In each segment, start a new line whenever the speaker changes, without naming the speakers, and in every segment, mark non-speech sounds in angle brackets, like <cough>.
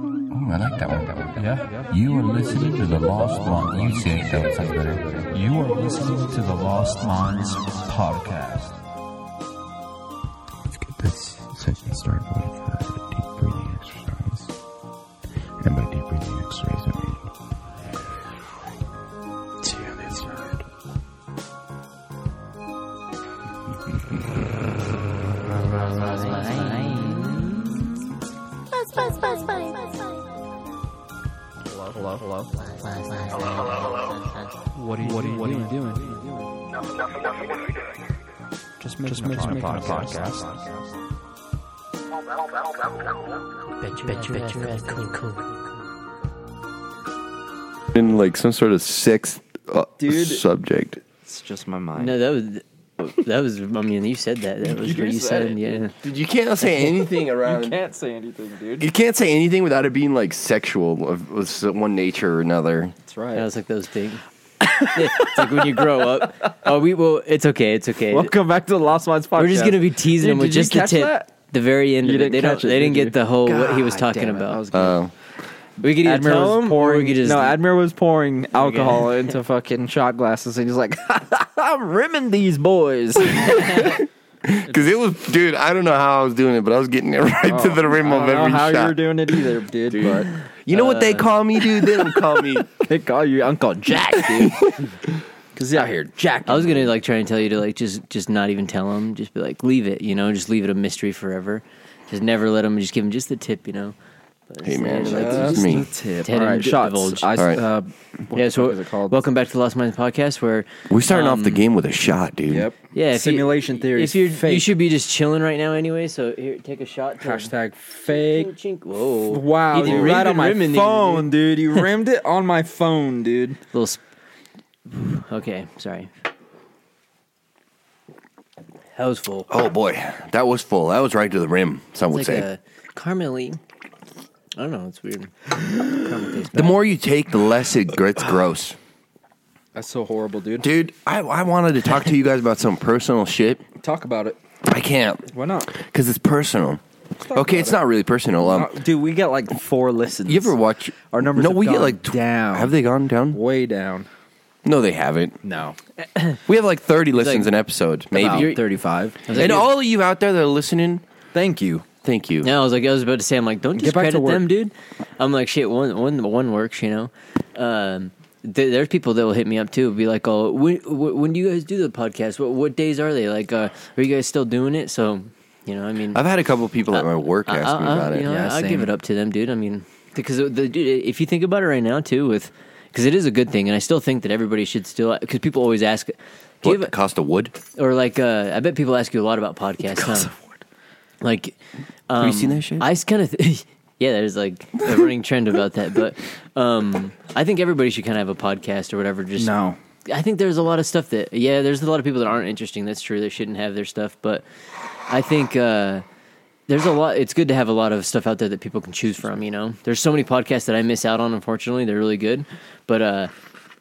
Mm, I like that one. That one. Yeah. You are listening to the Lost Lawn. You say it. That sounds better.
You are listening to the Lost Lines podcast.
Let's get this session started with uh, deep breathing exercise. And by deep breathing exercise, I mean. See how they sound.
Buzz, buzz, buzz, buzz, buzz, buzz.
What are you, what are you, what are you doing? Just make, just make, just make a podcast.
in like some sort of sixth uh,
Dude.
subject.
It's just my mind.
No, that was that was. I mean, you said that. That was what you said. in the end.
Dude, <laughs> you can't say anything around.
You can't say anything, dude.
You can't say anything without it being like sexual of, of s- one nature or another.
That's right.
I was like those <laughs> things. it's like when you grow up. Oh, we well, it's okay. It's okay.
Welcome back to the Lost Minds podcast.
We're just gonna be teasing
Dude,
them with
did you
just the
catch
tip.
that?
The very end. of
You
it.
didn't
They don't.
catch it,
They didn't
did you?
get the whole what he was
God
talking
damn it, that
about.
was good.
Uh,
we could either
Admiral
tell
was
him or
pouring.
we could just
no, Admiral was pouring alcohol into <laughs> fucking shot glasses, and he's like, <laughs> "I'm rimming these boys."
Because it was, dude. I don't know how I was doing it, but I was getting it <laughs> right to the rim
Oh, I
of
don't know
every
how
shot.
you're doing Uh, it <laughs> either, dude.
you know what they call me, dude? They don't call <laughs> me.
But they call you Uncle Jack, <laughs> dude, because he's out here Jack.
I was gonna like try and tell you to like just just not even tell him. Just be like leave it. You know, just leave it a mystery forever. Just never let him. Just give him just the tip. You know. But
Hey
it's-
man,
like,
it's me.
tip.
Ted
All right,
and
shots.
divulge.
I,
All right.
uh, what
yeah,
the
so
fuck is it called?
welcome back to the Lost Minds podcast. Where
We're starting off the
Um,
game with a shot, dude.
Yep.
yeah, if you-
Simulation theory.
If you
fake.
you should be just chilling right now anyway. So here, take a shot. to-
hashtag fake.
Chink, chink. Whoa!
Wow,
You did
dude,
really
right
good
on my
rimming these,
phone, dude. You <laughs> rimmed it on my phone, dude.
dude. Little. sp- okay, sorry. That was full.
Oh boy, that was full. That was right to the rim. Some would
It's like
say.
a caramely. I don't know. It's weird. Caramel tastes
the more you take, the less it <sighs> gets gross.
That's so horrible, dude.
Dude, I, I wanted to talk to you guys about some personal shit.
Talk about it.
I can't
Why not?
because it's personal. Okay, it's not really personal. Um,
Uh, dude, we got like four listens.
you ever watch
Our numbers
No,
have
we get
gone
like tw-
down.
Have they gone down?
way down?
No, they haven't.
No,
We have like thirty listens
like-
an episode, maybe.
thirty-five.
And all of you out there that are listening,
Thank you.
thank you.
No, I was like, I was about to say, I'm like, don't
Get back to
discredit them,
work.
dude. I'm like, shit, one one one works, you know. Um, th- there's people that will hit me up too, be like, oh, when, wh- when do you guys do the podcast? What what days are they? Like, uh, are you guys still doing it? So, you know, I mean,
I've had a couple people at my work
I-
ask me
I- I-
about
uh, you
it.
know,
Yeah,
I
same.
give it up to them, dude. I mean, because the, the, dude, if you think about it right now, too, with because it is a good thing, and I still think that everybody should still because people always ask,
What
give
the cost of wood?
or like uh, I bet people ask you a lot about podcasts. huh? Like, um,
you seen that shit?
I kind of th- <laughs> yeah, there's like a running trend about that, but um, I think everybody should kind of have a podcast or whatever. Just
No,
I think there's a lot of stuff that yeah, there's a lot of people that aren't interesting. That's true. They shouldn't have their stuff, but I think uh, there's a lot. It's good to have a lot of stuff out there that people can choose from. You know, there's so many podcasts that I miss out on. Unfortunately, they're really good, but uh,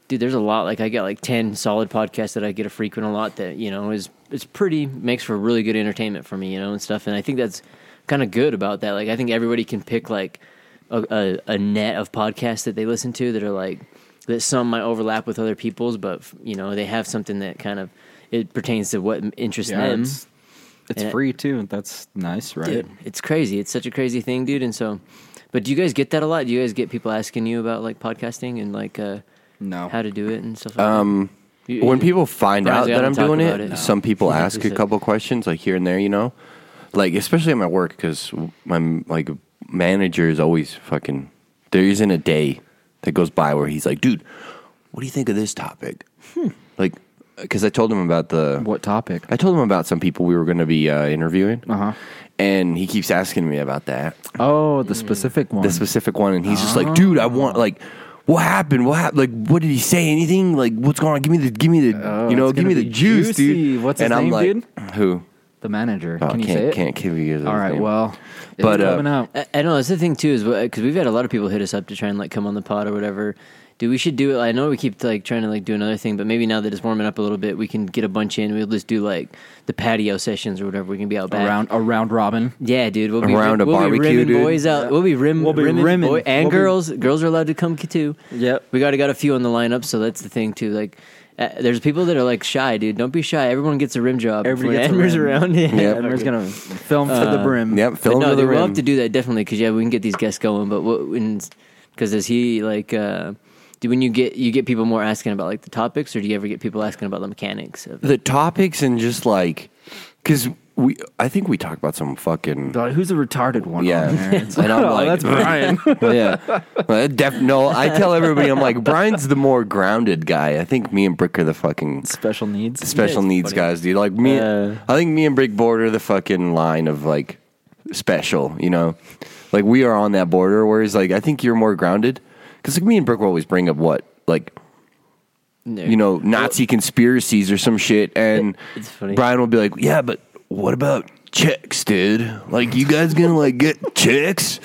dude, there's a lot. Like I got like ten solid podcasts that I get to frequent a lot. That you know is it's pretty makes for really good entertainment for me. You know and stuff, and I think that's kind of good about that. Like I think everybody can pick like a, a, a net of podcasts that they listen to that are like that some might overlap with other people's, but you know they have something that kind of it pertains to what interests them.
it's, it's
Eh.
And-
free too. That's nice, right?
Dude, it's crazy. It's such a crazy thing, dude. And so, but do you guys get that a lot? Do you guys get people asking you about like podcasting and like uh,
No,
how to do it and stuff? Like
Um,
that? You-
when
you-
people find
Brian's
out that
gotta
I'm
talk
doing
about
it,
it.
some people
No.
ask a couple questions, like here and there, you know, like especially at my work because my like manager is always fucking. There isn't a day that goes by where he's like, "Dude, what do you think of this topic?" Like, because I told him about the
what topic?
I told him about some people we were going to be uh, interviewing,
Uh-huh.
and he keeps asking me about that
Oh,
Mm.
the specific one.
the specific one, and he's just like, "Dude, I
Oh.
want like, what happened? What happened? Like, what did he say? Anything? Like, what's going on? Give me the, give me the,
Oh,
you know,
it's
give me
gonna
the
be
juice,
juicy.
dude."
What's his
and I'm
name,
like, "Who?
the manager.
Oh,
Can you
can't,
say it?
can't give you his
All right.
name.
Well, it's
But, uh,
coming out.
I, I know that's the thing too is because we've had a lot of people hit us up to try and like come on the pod or whatever. Dude, we should do it. I know we keep like trying to like do another thing, but maybe now that it's warming up a little bit, we can get a bunch in. We'll just do like the patio sessions or whatever. We can be out back.
Around, around Robin.
Yeah, dude. We'll be
Around a
we'll
barbecue,
be rimming
dude.
boys out. We'll be rim,
We'll be
rimming,
rimming.
boy- and
We'll be-
girls. girls are allowed to come too.
Yep.
we already got a few on the lineup, so that's the thing too. Like, uh, there's people that are like shy, dude. Don't be shy. Everyone gets a rim job.
Everybody
When
gets
Edmer's
a rim.
around. <laughs> Yeah,
Yep.
Edmer's gonna film to the brim.
Uh, Yep,
But no,
fill them to
dude,
the
we'll have
rim.
to do that definitely because yeah, we can get these guests going. But what because is he like? Uh, do when you get you get people more asking about like the topics, or do you ever get people asking about the mechanics? Of
the topics and just like because we I think we talk about some fucking
Like, who's the retarded one? <laughs>
Yeah. Oh,
on
<laughs>
there? It's
And I'm like-
that's Brian.
<laughs> yeah. Uh, def- no, I tell everybody I'm like Brian's the more grounded guy. I think me and Brick are the
<laughs>
fucking
Special needs.
special
it's
needs
funny.
guys, dude. Like me,
Uh.
I think me and Brick border the fucking line of like special. You know, like we are on that border. Whereas like I think you're more grounded because like me and Brick will always bring up what like you know Nazi conspiracies or some shit, and
It's funny.
Brian will be like, "Yeah, but what about chicks, dude? Like, you guys gonna like get chicks?"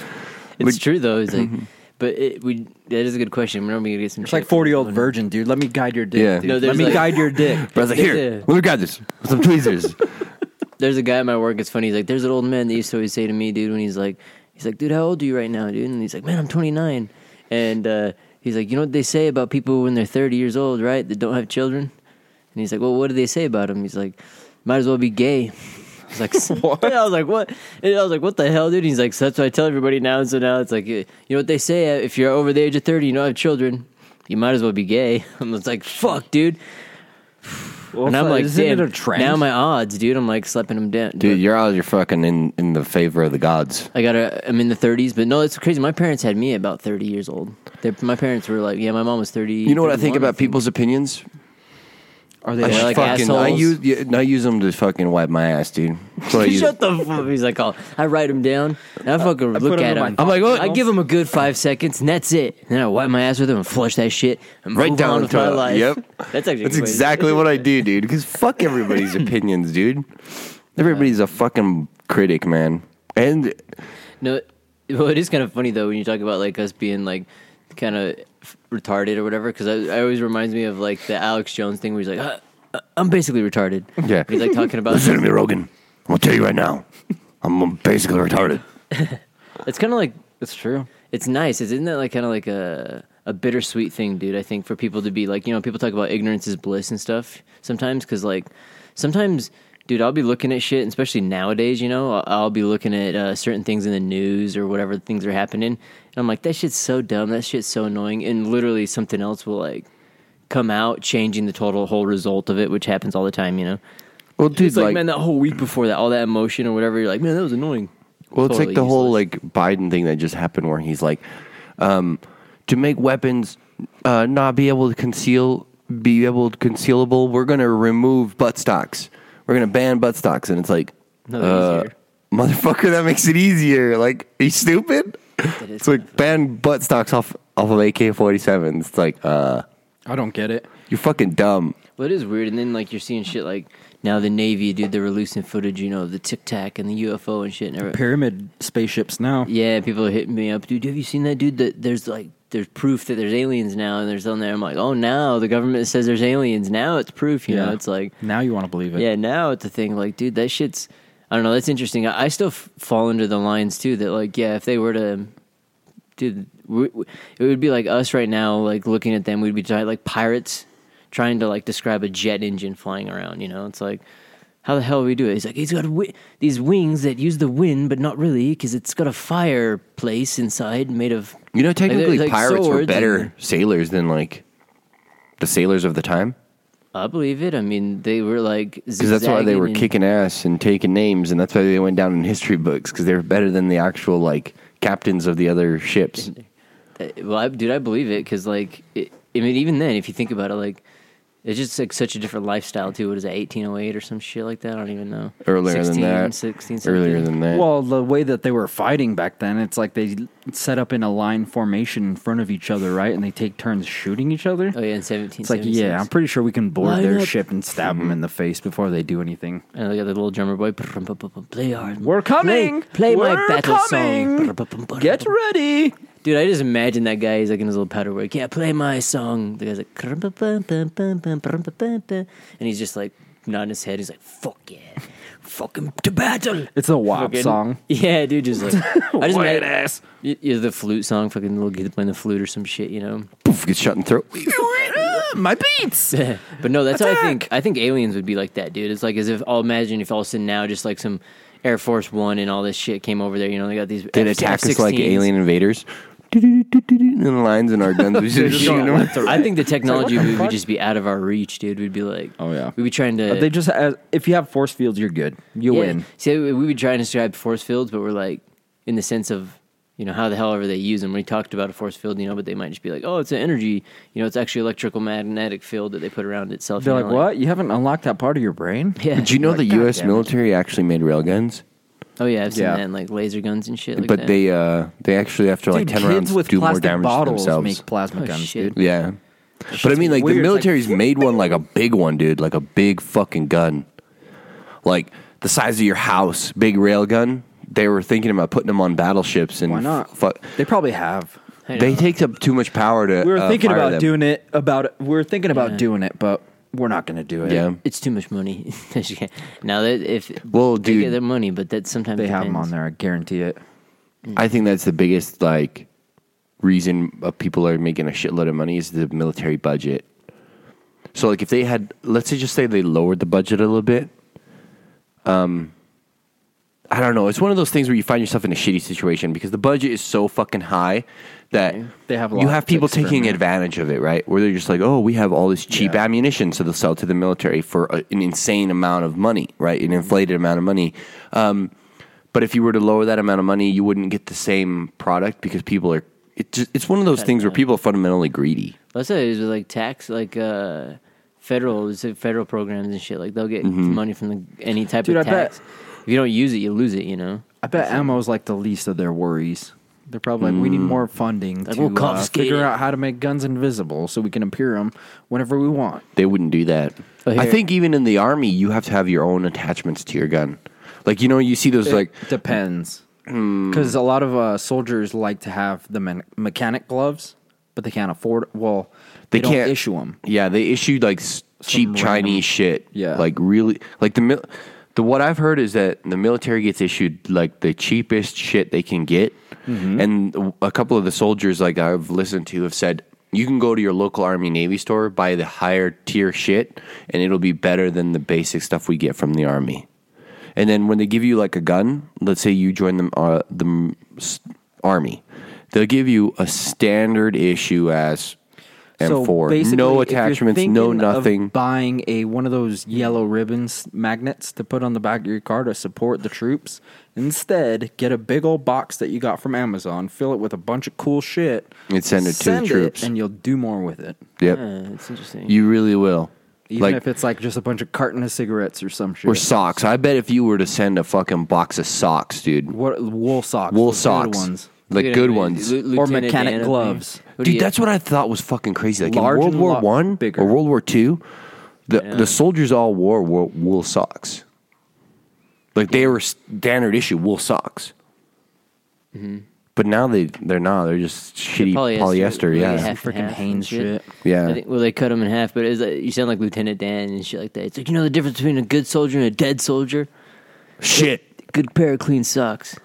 it's
But-
true though. It's like, but it, we that is a good question. We're gonna get some.
Mm-hmm. It's like
chicks.
forty year old virgin, dude. Let me guide your dick.
Yeah.
dude.
No,
Let
there's
me
like-
guide
<laughs>
your dick.
Brian's like, "Here,
Yeah.
let me grab this with some
<laughs>
tweezers."
There's a guy at my work. It's funny. He's like, there's an old man that used to always say to me, dude, when he's like, he's like, dude, how old are you right now, dude? And he's like, man, I'm 29. And uh, he's like, you know what they say about people when they're 30 years old, right? That don't have children. And he's like, well, what do they say about them? He's like, might as well be gay. <laughs> I
<laughs>
was like, what? I was like, what? And I was like, what the hell, dude? he's like, so that's what I tell everybody now. And so now it's like, you know what they say? uh, If you're over the age of 30, you don't have children. You might as well be gay. <laughs> I'm just like, fuck, dude. And I'm like,
isn't
damn,
it a trend?
now my odds, dude. I'm like slapping them down.
dude, you're out. You're fucking in in the favor of the gods.
I gotta. I'm in the 30s, but no, it's crazy. My parents had me about 30 years old. They, my parents were like, yeah, my mom was 30.
You know what I think
31,
about people's opinions?
are they
I
like
fucking, I
assholes.
use yeah, I use them to fucking wipe my ass, dude.
<laughs>
That's what I use.
Shut the fuck. He's like, oh, I write them down. And I fucking look
them
at
in my
them.
I'm
like, what?
I give them a good five seconds, and that's it. And then I wipe my ass with them and flush that shit. And
Right
move
down
on with
to
my
it.
life.
Yep.
<laughs> That's actually
That's
crazy.
exactly what I do, dude. Because fuck <laughs> everybody's opinions, dude. Everybody's a fucking critic, man. And
No, <laughs> well, it is kind of funny though when you talk about like us being like kind of retarded or whatever. Because I, I always reminds me of like the Alex Jones thing where he's like, uh, uh, I'm basically retarded.
Yeah.
he's like talking
<laughs>
about.
Listen to me, Rogan. I'm gonna tell you right now. I'm basically retarded.
it's kind of like
It's true.
it's nice. Isn't that like kind of like a a bittersweet thing, dude? I think for people to be like, you know, people talk about ignorance is bliss and stuff sometimes because like sometimes. Dude, I'll be looking at shit, and especially nowadays. You know, I'll, I'll be looking at uh, certain things in the news or whatever things are happening, and I'm like, "That shit's so dumb. That shit's so annoying." And literally, something else will like come out, changing the total whole result of it, which happens all the time. You know,
Well, dude,
it's like, man, that whole week before that, all that emotion or whatever, you're like, man, that was annoying.
well, it's like
Totally
the whole
useless.
like Biden thing that just happened, where he's like, um, to make weapons uh, not be able to conceal, be able to concealable, we're gonna remove butt stocks. We're gonna ban butt stocks, and it's like,
Another
uh,
easier.
motherfucker, that makes it easier. Like, are you stupid?
is
It's like ban butt stocks off off of AK 47s. It's like, uh,
I don't get it.
you're fucking dumb.
Well, it is weird, and then like you're seeing shit like now the Navy, dude. They're releasing footage, you know, of the Tic Tac and the UFO and shit. And everything.
Pyramid spaceships now.
yeah, people are hitting me up, dude. Have you seen that, dude? That there's like there's proof that there's aliens now, and there's on there. I'm like, oh, now the government says there's aliens. Now it's proof. You know, it's like
now you want to believe it.
yeah, now it's a thing. Like, dude, that shit's. I don't know. That's interesting. I, I still f- fall into the lines too. That like, yeah, if they were to, dude, we, we- it would be like us right now. Like looking at them, we'd be trying, like pirates trying to like describe a jet engine flying around. You know, it's like. How the hell do we do it? He's like, he's got wi- these wings that use the wind, but not really, because it's got a fireplace inside made of.
You know,
they're-
technically,
like
pirates were
swords
better
and-
sailors than like the sailors of the time
I believe it. I mean, they were like
because that's why they
zigzagging
were
and-
kicking ass and taking names, and that's why they went down in history books because they were better than the actual like captains of the other ships.
Uh, Well, I, dude, I believe it because, like, it, I mean, even then, if you think about it, like, it's just like such a different lifestyle too. What is it, eighteen oh eight or some shit like that? I don't even know.
Earlier than
16,
that,
16,
earlier
17.
than that.
Well, the way that they were fighting back then, it's like they set up in a line formation in front of each other, right? And they take turns shooting each other.
Oh yeah, in seventeen.
It's like, yeah, I'm pretty sure we can board
Line
their
up.
ship and stab them in the face before they do
<laughs>
anything.
And they got the little drummer boy. Play hard.
We're coming.
Play, play my
We're
battle
coming!
song.
Get ready.
Dude, I just imagine that guy. He's like in his little powder work. Yeah, play my song. The guy's like, "Krum-pa-pum-pum-pum-pum-pum-pum-pum," and he's just like nodding his head. He's like, fuck yeah, fucking to battle.
It's a WAP
Fucking- <laughs>
song.
Yeah, dude, just
<laughs>
like I just
Wet
imagine-
ass.
Y- Yeah, the flute song. Fucking little kid playing the flute or some shit, you know. <laughs>
Poof, gets shot in the throat.
Ah,
My beats.
but no, that's how I think. I think aliens would be like that, dude. It's like as if I'll imagine if all of a sudden now just like some Air Force One and all this shit came over there. You know, they got these.
They'd
F-
attack us like
F-16s.
alien invaders. And the lines and
<laughs>
our guns. We should
just
shoot
going
them.
I
<laughs>
think the technology
the
would, would
fuck?
just be out of our reach, dude. We'd be like,
Oh, yeah.
we'd be trying to.
They just as, if you have force fields, you're good. You
yeah.
win.
See, we would be trying to describe force fields, but we're like, in the sense of, you know, how the hell ever they use them. We talked about a force field, you know, but they might just be like, oh, it's an energy, you know, it's actually electrical magnetic field that they put around itself.
They're
you
like,
know,
what? You haven't unlocked that part of your brain?
Yeah.
Did you know the
God
U.S.
damn it.
military actually made railguns?
Oh yeah, I've seen
Yeah.
that in like laser guns and shit. Like
but
that.
they uh, they actually after like
Dude,
ten
kids
rounds
with
do more
plastic
damage to
bottles
themselves.
make plasma
Oh,
guns,
shit.
dude.
yeah, but I mean like the
weird. It's like-
military's made one like a big one, dude, like a big fucking gun, like the size of your house, big rail gun. They were thinking about putting them on battleships and
Why not?
fu-
They probably have.
I know.
they take up too much power to.
We were
uh,
thinking
fire
about
them.
doing it. About it. we were thinking about
Yeah.
doing it, but we're not going to do it.
Yeah.
it's too much money. <laughs> now that if
Well,
they
dude-
get their money, but that sometimes
they have them
depends.
on there. I guarantee it.
I think that's the biggest like reason of people are making a shitload of money is the military budget. So like if they had let's say just say they lowered the budget a little bit. Um I don't know. It's one of those things where you find yourself in a shitty situation because the budget is so fucking high that
They have a
you
lot
have
to
people taking
experiment.
advantage of it, right? Where they're just like, "Oh, we have all this cheap
Yeah.
ammunition, so they'll sell it to the military for a, an insane amount of money, right? An inflated amount of money." Um, but if you were to lower that amount of money, you wouldn't get the same product because people are. It just, it's one of those things where people are fundamentally greedy.
Let's say it's like tax, like uh, federal, it's like federal programs and shit. Like they'll get
Mm-hmm.
money from the, any type
Dude, I
of
bet-
tax. If you don't use it, you lose it. You know.
I bet ammo's like the least of their worries. They're probably like, we need more funding
Like,
to
we'll
uh,
confiscate
figure
it.
out how to make guns invisible so we can appear them whenever we want.
They wouldn't do that.
Oh, here-
I think even in the army, you have to have your own attachments to your gun. Like you know, you see those like Hmm.
It depends, because a lot of uh, soldiers like to have the men- mechanic gloves, but they can't afford. Well, they, don't
can't
issue them.
Yeah, they issued like s- cheap
random-
Chinese shit.
Yeah.
like really, like the mil- the what I've heard is that the military gets issued like the cheapest shit they can get,
Mm-hmm.
and a couple of the soldiers like I've listened to have said you can go to your local army navy store buy the higher tier shit, and it'll be better than the basic stuff we get from the army. And then when they give you like a gun, let's say you join the uh, the mm, s- army, they'll give you a standard issue as M4, no
if you're
attachments, no
thinking of
nothing.
buying a one of those yellow ribbons magnets to put on the back of your car to support the troops. Instead, get a big old box that you got from Amazon, fill it with a bunch of cool shit,
And send it to the troops.
and you'll do more with it.
yep,
Uh, it's interesting.
you really will.
Even
like
if it's like just a bunch of carton of cigarettes or some shit.
or socks. I bet if you were to send a fucking box of socks, dude,
What wool socks?
wool
the good
socks,
ones.
like
Look at
good
him,
ones.
Lu- Lieutenant
mechanic
Dan up
gloves.
there. What do
Dude,
you-
that's what I thought was fucking crazy. Like
Large
in World
and a
War
lot
One
bigger.
or World War Two, the the soldiers all wore wool, wool socks. Like they were standard issue wool socks.
Mm-hmm.
But now they they're not. They're just shitty polyester.
like
yeah,
half and
Freaking
half
Hanes
and
shit.
Yeah.
I think, well, they cut them in half, but it's like, you sound like Lieutenant Dan and shit like that. It's like you know the difference between a good soldier and a dead soldier.
shit.
Good pair of clean socks.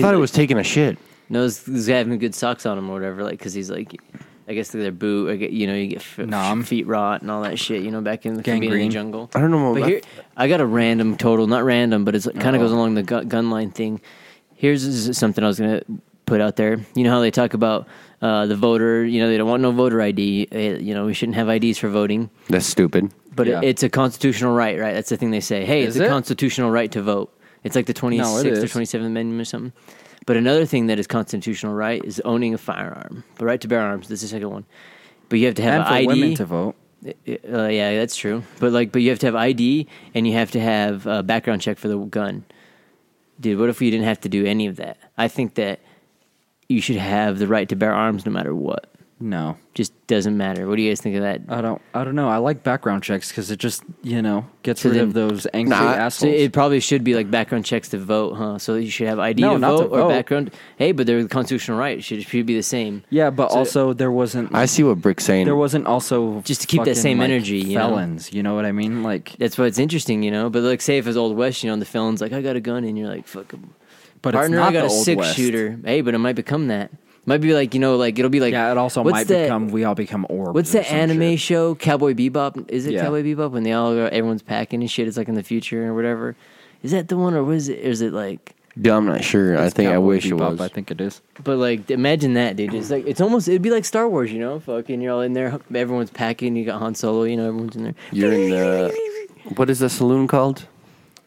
<laughs>
thought it was taking a shit.
No, this, this guy having good socks on him or whatever, like because he's like, I guess they're boot. I get, you know, you get f-
Nom.
feet rot and all that shit. You know, back in the being in the
Gangrene.
jungle.
I don't know
But
about-
here, I got a random total, not random, but it's kind of goes along the gu- gun line thing. Here's s- something I was gonna put out there. You know how they talk about uh, the voter. You know, they don't want no voter ID. Uh, you know, we shouldn't have IDs for voting.
That's stupid.
But
Yeah.
it, it's a constitutional right, right? That's the thing they say. Hey,
Is
it's a
it?
constitutional right to vote. It's like the 26th or
is.
27th Amendment or something. But another thing that is constitutional right is owning a firearm. The right to bear arms. That's the second one. But you have to have
And for
an ID.
women to vote.
Uh, yeah, that's true. But like, but you have to have ID and you have to have a background check for the gun. Dude, what if you didn't have to do any of that? I think that you should have the right to bear arms no matter what.
No,
Just doesn't matter. What do you guys think of that?
I don't. I don't know. I like background checks because it just you know gets
So
rid
then-
of those angry
Nah,
So
assholes.
it probably should be like background checks to vote, huh? So you should have ID
No,
to,
not
vote
to vote.
or background. Hey, but they're the constitutional right. It should, it should be the same.
yeah, but
So-
also there wasn't.
I see what Brick's saying.
there wasn't also
Just to keep that
fucking,
same
like,
energy, you know?
Felons, you know what I mean? Like,
That's why it's interesting, you know. But like, say if it's old west, you know, and the felon's like, "I got a gun," and you're like, "Fuck,
but
partner,
it's not
I got
the
a
old
six
West.
shooter." Hey, but it might become that. Might be like you know, like it'll be like
Yeah, it also
what's
might
that-
become we all become orbs.
What's
or
that
some
anime
shit.
show? Cowboy Bebop. Is it
Yeah.
Cowboy Bebop when they all go, everyone's packing and shit? It's like in the future or whatever. Is that the one or was it? Or is it like?
yeah, I'm not sure. I
It's
think I
Cowboy
wish it
Bebop,
was.
I think it is.
But like, imagine that, dude. It's like it's almost it'd be like Star Wars, you know? Fucking, you're all in there. Everyone's packing. You got Han Solo. You know, everyone's in there.
You're in the what is the saloon called?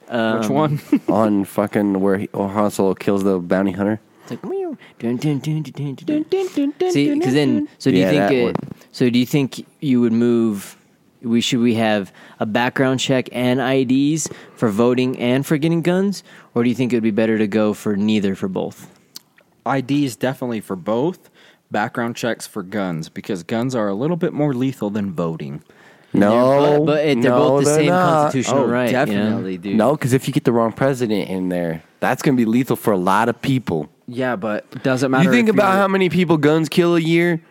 Um,
Which one? <laughs>
On fucking where he, oh, Han Solo kills the bounty hunter.
It's like meow. Dun, dun, dun, dun, dun, dun, dun. see, because then, so do
Yeah,
you
that
think?
one.
It, so do you think you would move? We should we have a background check and IDs for voting and for getting guns, or do you think it would be better to go for neither for both?
IDs definitely for both. Background checks for guns because guns are a little bit more lethal than voting.
No,
but, but it, they're
no,
both the
they're
same
not.
constitutional
Oh,
right. you know?
definitely, dude.
No, because if you get the wrong president in there, that's going to be lethal for a lot of people.
Yeah, but doesn't matter.
you think
if
about
you're-
how many people guns kill a year,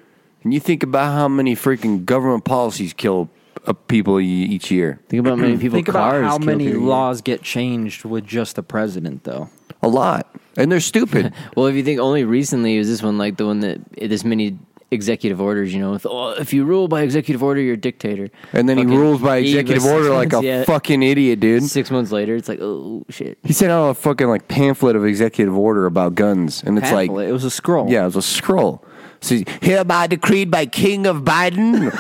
and you think about how many freaking government policies kill uh, people e- each year.
Think about
<clears throat>
how many people.
Think about
cars
how
kill
many
per year.
laws get changed with just the president, though.
A lot, and they're
<laughs>
stupid.
Well, if you think only recently is this one like the one that this many executive orders, you know, with, oh, if you rule by executive order, you're a dictator.
and then he
Fucking-
rules by
he-
executive
six
order like a
months- yeah.
fucking idiot, dude.
Six months later, it's like, oh shit.
He sent out a fucking like pamphlet of executive order about guns, and it's
Pamphlet.
like
it was a scroll.
yeah, it was a scroll. So he's, hereby decreed by King of
<laughs>
Biden.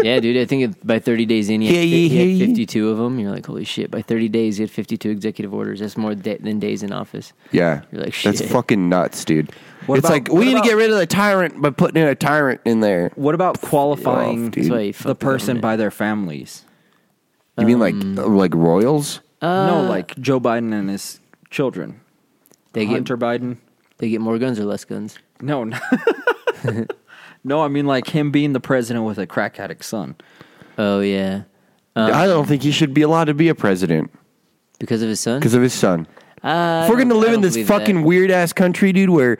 Yeah, dude. I think it, by 30 days in, you
Hear
had,
ye,
fi- you had
hear ye.
52 of them. You're like, holy shit. By 30 days, you had 52 executive orders. That's more da- than days in office.
yeah,
You're like,
that's
shit.
fucking nuts, dude.
What
it's
about-
like we
what
need
about-
to get rid of the tyrant by putting in a tyrant in there.
What about qualifying
off, dude.
That's why you
the
fuck
person
government.
by their families?
You mean like uh,
Um,
like royals?
Uh,
no, like Joe Biden and his children.
they get
Hunter Biden.
they get more guns or less guns.
No, <laughs> n- no, I mean like him being the president with a crack addict son.
Oh yeah, um,
I don't think he should be allowed to be a president
because of his son.
because of his son.
Uh,
if we're going to
I
live in
don't
this
believe
fucking
that.
weird ass country, dude, where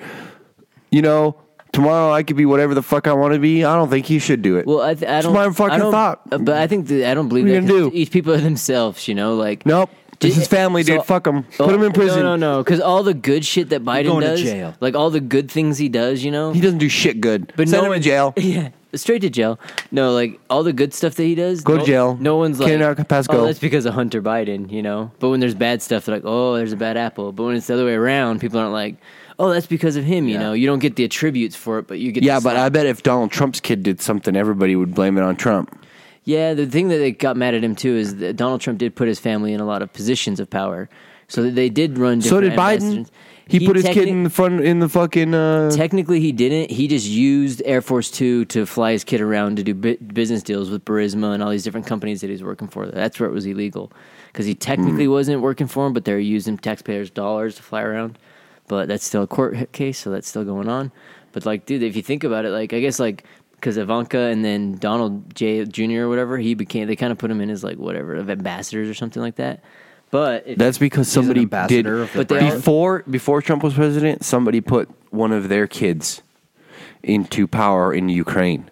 you know tomorrow I could be whatever the fuck I want to be, I don't think he should do it.
Well, I, th- I
It's
don't.
my fucking
I don't-
thought.
uh, But I think that I don't believe
What are you
that.
gonna
'cause
do?
Each people are themselves, you know. Like
nope, this
Ju-
is family, dude.
so-
fuck him.
Oh,
Put him in prison.
No, no, no. Because all the good shit that Biden
going to
does,
jail.
like all the good things he does, you know,
He doesn't do shit good.
But no
Send him in
one-
jail.
<laughs> yeah, straight to jail. No, like all the good stuff that he does,
Go to
no-
jail.
No one's like,
Cannot pass
oh,
go."
that's because of Hunter Biden, you know. But when there's bad stuff, they're like, oh, there's a bad apple. But when it's the other way around, people aren't like, oh, that's because of him, you
Yeah.
know. You don't get the attributes for it, but you get.
Yeah,
the
but
slap.
I bet if Donald Trump's kid did something, everybody would blame it on Trump.
Yeah, the thing that they got mad at him too is that Donald Trump did put his family in a lot of positions of power, so that they did run.
So did
different
Biden.
ambassadors.
He, put his kid
techni-
in the front in the fucking. Uh,
Technically, he didn't. He just used Air Force Two to fly his kid around to do bu- business deals with Burisma and all these different companies that he's working for. That's where it was illegal because he technically
Mm.
wasn't working for him, but they're using taxpayers' dollars to fly around. But that's still a court case, so that's still going on. But like, dude, if you think about it, like, I guess like because Ivanka and then Donald J Jr. or whatever, he became. They kind of put him in as like whatever of ambassadors or something like that. But if,
That's because
an
somebody did.
ambassador of the
But they brand. all-
before before Trump was president, somebody put one of their kids into power in Ukraine,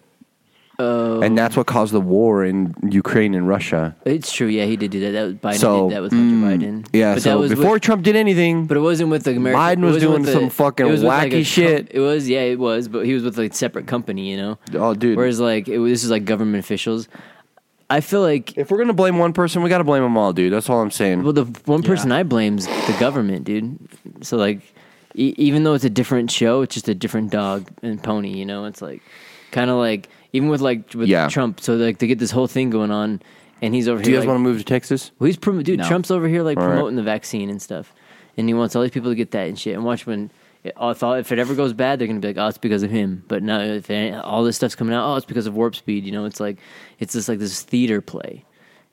Oh.
and that's what caused the war in Ukraine and Russia.
it's true. Yeah, he did do that. That was Biden.
So, mm,
did that with Hunter Biden.
Yeah,
but
so
that was with-
before Trump did anything,
But it wasn't with the American.
Biden
it
was
wasn't
doing
with
some fucking
it was with,
wacky
a com-
shit.
it was, yeah, it was, but he was with like a separate company, you know.
Oh, dude.
Whereas like it, was- this is like government officials. I feel like
if we're gonna blame one person, we gotta blame them all, dude. That's all I'm saying.
well, the one person I blame's the government, dude. So like, e- even though it's a different show, it's just a different dog and pony, you know. It's like kind of like even with like with
Yeah.
Trump. So like they get this whole thing going on, and he's over
Do
here.
you guys
like-
want to move to Texas?
well, he's prom- dude.
No.
Trump's over here like
All right.
promoting the vaccine and stuff, and he wants all these people to get that and shit. And watch when it, I thought if it ever goes bad, they're gonna be like, oh, it's because of him. But now if it, all this stuff's coming out, oh, it's because of warp speed. You know, it's like it's just like this theater play.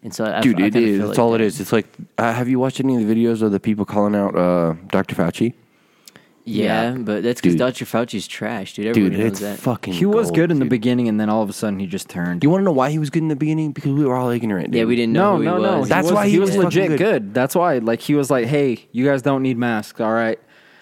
And so, I,
Dude,
I,
it is. That's all it is. It's like, uh, have you watched any of the videos of the people calling out uh, Dr. Fauci?
Yeah,
Yeah.
but that's because
Dude.
Dr. Fauci's trash, dude. Everybody
dude.
knows
It's
that.
fucking.
He was
gold,
good in the
dude.
beginning, and then all of a sudden he just turned.
You want to know why he was good in the beginning? Because we were all ignorant. Dude.
yeah, we didn't know
no,
who he
no, no.
was.
he
That's
was-
why
he
he
was
was fucking
legit good.
good.
That's why, like, he was like, "Hey, you guys don't need masks, all right?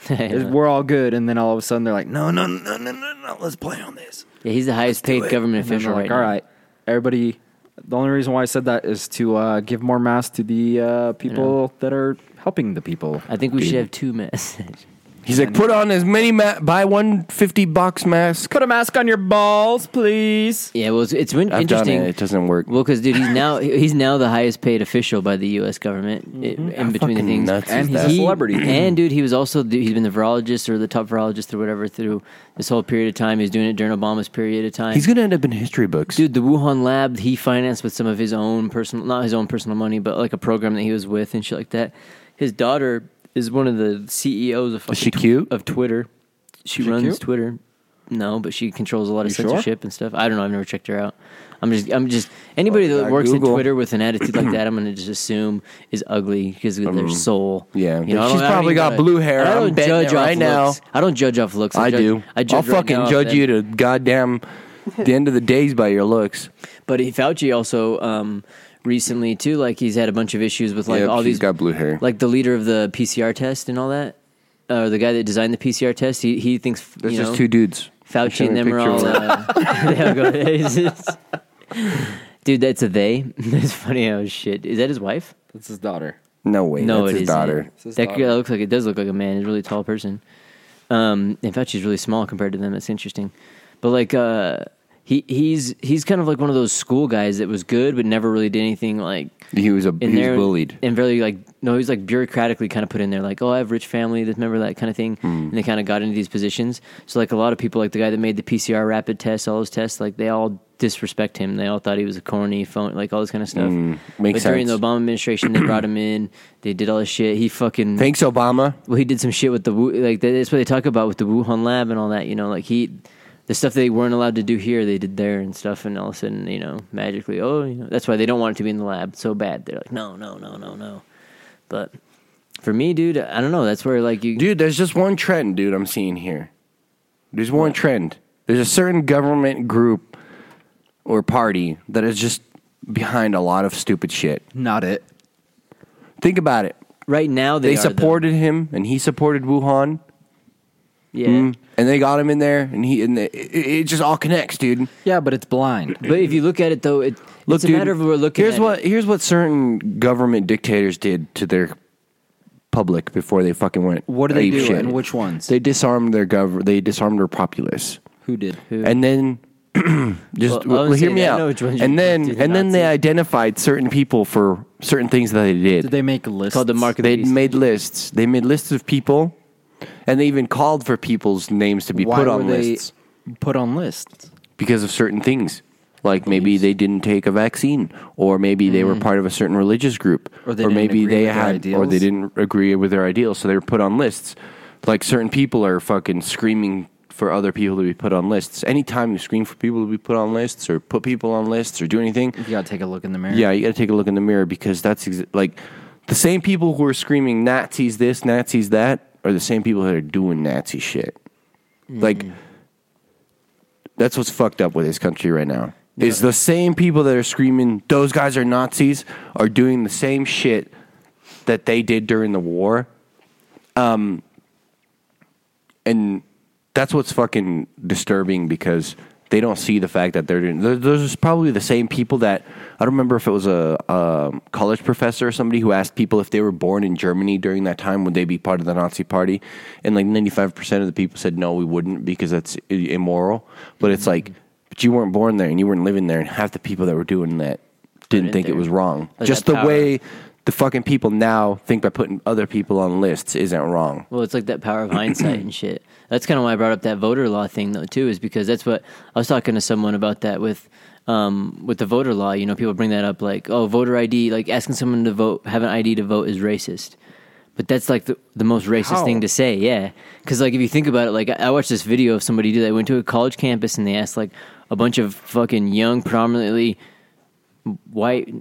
We're all good." And then all of a sudden, they're like, "No, no, no, no, no, no. Let's play on this."
yeah, he's the highest paid government
And then
official
they're like,
right
"All
now.
right, everybody." The only reason why I said that is to uh, give more masks to the uh, people that are helping the people.
I think we should have two messages.
He's like, put on as many ma- buy one fifty box
<laughs>
mask.
Put a mask on your balls, please.
<laughs> yeah, well, it's, it's been
I've done
interesting.
it. It doesn't work.
Well, because dude, he's now he's now the highest paid official by the U.S. government i- in between the
fucking
things,
nuts
And is he's a that? celebrity.
And dude, he was also the- he's been the virologist or the top virologist or whatever through this whole period of time. He's doing it during Obama's period of time.
He's gonna end up in history books.
dude, the Wuhan lab he financed with some of his own personal, not his own personal money, but like a program that he was with and shit like that. His daughter is one of the CEOs of fucking
she cute?
of Twitter. She,
She
runs
cute?
Twitter. No, but she controls a lot of
You sure?
censorship and stuff. I don't know. I've never checked her out. I'm just, I'm just anybody
Well,
that
uh,
works at
Google.
Twitter with an attitude like that, I'm gonna just assume is ugly because of their soul.
Mm. yeah.
You know, I
She's
don't- I don't
probably
even
got blue hair.
I
I'm
don't
betting
judge
it
off
right now.
looks. I don't judge off looks.
I
judge,
do.
I judge
will
right
fucking
now off
judge
them.
you to goddamn the end of the days by your looks.
But he, Fauci also um, recently too, like he's had a bunch of issues with like
Yep,
all
she's
these
got blue hair.
like the leader of the PCR test and all that, or the guy that designed the PCR test. He he thinks
There's
you
just
know,
two dudes.
Fauci
Show
and
me a
them are
picture
all.
of
Uh,
<laughs>
<laughs> yeah, go ahead. It's just- <laughs> Dude, that's a they. <laughs> That's funny how shit. Is that his wife?
That's his daughter.
No way.
No, it
that's his
isn't.
daughter.
It's his
that
daughter.
girl looks like it does look like a man. He's a really tall person. Um, in fact, she's really small compared to them. It's interesting, but like uh, he he's he's kind of like one of those school guys that was good but never really did anything like
He was a
in
he was
there
bullied.
and very like no, he's like bureaucratically kind of put in there like oh I have rich family this remember that kind of
Hmm.
thing and they kind of got into these positions. So like a lot of people like the guy that made the PCR rapid test, all those tests like they all disrespect him. They all thought he was a corny phone, like all this kind of stuff.
Hmm. makes
but during the
sense.
Obama administration, they brought him in. They did all this shit. He fucking
Thanks, Obama.
well, he did some shit with the Wu- like that's what they talk about with the Wuhan lab and all that. You know, like he the stuff they weren't allowed to do here, they did there and stuff. And all of a sudden, you know, magically, oh, you know, that's why they don't want it to be in the lab so bad. They're like, no, no, no, no, no. But for me, dude, I don't know. That's where like you,
Dude, there's just one trend, dude, I'm seeing here. There's one trend. There's a certain government group or party that is just behind a lot of stupid shit.
Not it.
Think about it.
right now they,
They,
are, though.
supported him and he supported Wuhan.
yeah.
Mm. And they got him in there and he and it, it it just all connects, dude.
Yeah, but it's blind.
But if you look at it though, it,
Look,
it's a
dude,
matter of we're looking.
Here's
at
what
it.
here's what certain government dictators did to their public before they fucking went.
What do they
ape
do,
shit.
and which ones?
They disarmed their gov. They disarmed their populace,
Who did?
and then <clears throat>
Well, I
just well,
wouldn't
hear
say
me
that. I
out.
know which ones you
And then
did
and
not
then they
see.
identified certain people for certain things that they did.
Did they make lists?
called the mark of the
they
beast.
made lists. They made lists of people, and they even called for people's names to be
Why
put
were
on
they
lists
Put on lists.
because of certain things. Like maybe they didn't take a vaccine, or maybe they were part of a certain religious group,
Mm. Or they didn't
maybe
agree with
they
their
had, or they
ideals.
didn't agree with their ideals, so they were put on lists. Like certain people are fucking screaming for other people to be put on lists. Anytime you scream for people to be put on lists, or put people on lists, or do anything,
You gotta take a look in the mirror.
yeah, you got to take a look in the mirror because that's exa- like the same people who are screaming Nazis this, Nazis that are the same people that are doing Nazi shit. Like that's what's fucked up with this country right now. Is the same people that are screaming those guys are Nazis are doing the same shit that they did during the war. Um and that's what's fucking disturbing because they don't see the fact that they're doing. there- There's probably the same people that I don't remember if it was a, um college professor or somebody who asked people if they were born in Germany during that time would they be part of the Nazi Party, and like 95 percent of the people said no, we wouldn't because that's i- immoral. But it's like, but you weren't born there and you weren't living there, and half the people that were doing that didn't
in
think it
there.
was wrong.
Like
Just
that
the
power.
way the fucking people now think by putting other people on lists isn't wrong.
Well, it's like that power of hindsight and shit. That's kind of why I brought up that voter law thing though too, is because that's what I was talking to someone about that with um with the voter law. You know, people bring that up like, oh, voter ID, like asking someone to vote, have an ID to vote is racist. But that's like the, the most racist
How?
thing to say, yeah. Because like if you think about it, like I, I watched this video of somebody do that. They went to a college campus and they asked like a bunch of fucking young, prominently white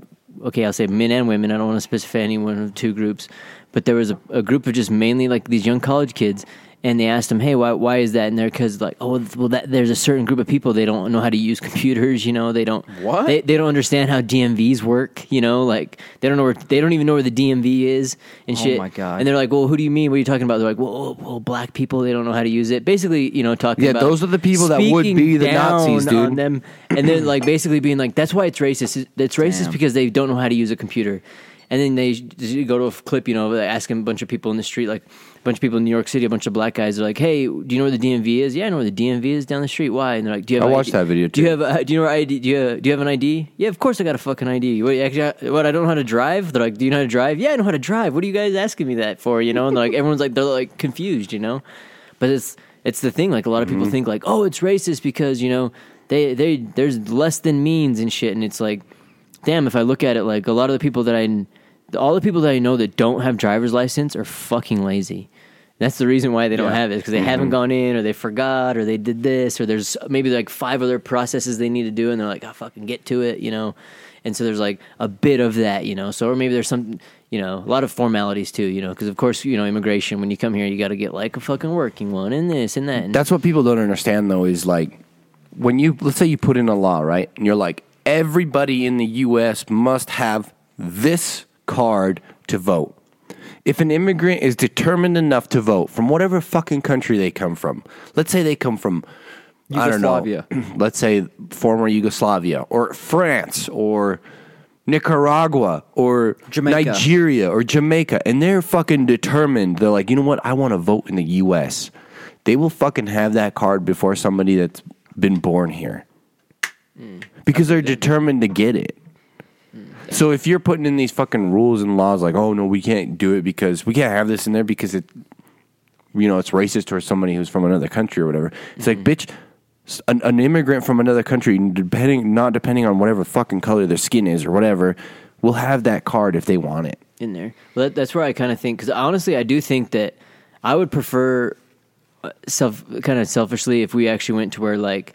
okay i'll say men and women i don't want to specify any one of two groups but there was a, a group of just mainly like these young college kids and they asked him, "Hey, why why is that in there?" Because like, oh, well, that there's a certain group of people they don't know how to use computers. You know, they don't
What?
they, they don't understand how DMVs work. You know, like they don't know where they don't even know where the DMV is and
Oh
shit.
my God.
And they're like, "Well, who do you mean? What are you talking about?" They're like, "Well, well, well black people they don't know how to use it." Basically, you know, talking
Yeah,
about
those are the people that would
speaking
be the
down
Nazis, dude.
on them, and then like basically being like, "That's why it's racist. It's racist
Damn.
because they don't know how to use a computer." And then they sh- go to a f- clip, you know, where they're asking a bunch of people in the street, like a bunch of people in New York City, a bunch of black guys. They're like, "Hey, do you know where the DMV is?" Yeah, I know where the DMV is down the street. Why? And they're like, "Do you have?"
I
an
watched
ID?
that video,
Do you
too.
have? A, do you know where ID? Do you, have, do you have an ID? Yeah, of course I got a fucking ID. What? you Actually, what? I don't know how to drive. They're like, "Do you know how to drive?" Yeah, I know how to drive. What are you guys asking me that for? You know, and they're like, everyone's like, they're like confused, you know, but it's it's the thing. Like a lot of people think like, "Oh, it's racist because you know they they there's less than means and shit," and it's like damn, if I look at it, like a lot of the people that I, all the people that I know that don't have driver's license are fucking lazy. That's the reason why they don't
Yeah.
have it because they haven't gone in or they forgot or they did this or there's maybe like five other processes they need to do and they're like, I'll fucking get to it, you know? And so there's like a bit of that, you know? So, or maybe there's some, you know, a lot of formalities too, you know? Because of course, you know, immigration, when you come here, you got to get like a fucking working one and this and that. And
That's what people don't understand though is like when you let's say you put in a law, right? And you're like everybody in the US must have this card to vote. If an immigrant is determined enough to vote from whatever fucking country they come from. Let's say they come from I don't
Yugoslavia.
know. <clears throat> Let's say former Yugoslavia or France or Nicaragua or
Jamaica.
Nigeria or Jamaica, and they're fucking determined. They're like, you know what? I want to vote in the U.S. They will fucking have that card before somebody that's been born here because they're determined to get it. So if you're putting in these fucking rules and laws, like, oh no, we can't do it because we can't have this in there because it, you know, it's racist towards somebody who's from another country or whatever. It's
Mm-hmm.
like, bitch, s- an, an immigrant from another country, depending not depending on whatever fucking color their skin is or whatever, will have that card if they want it.
in there. Well, that, that's where I kind of think because honestly, I do think that I would prefer uh, self kind of selfishly if we actually went to where like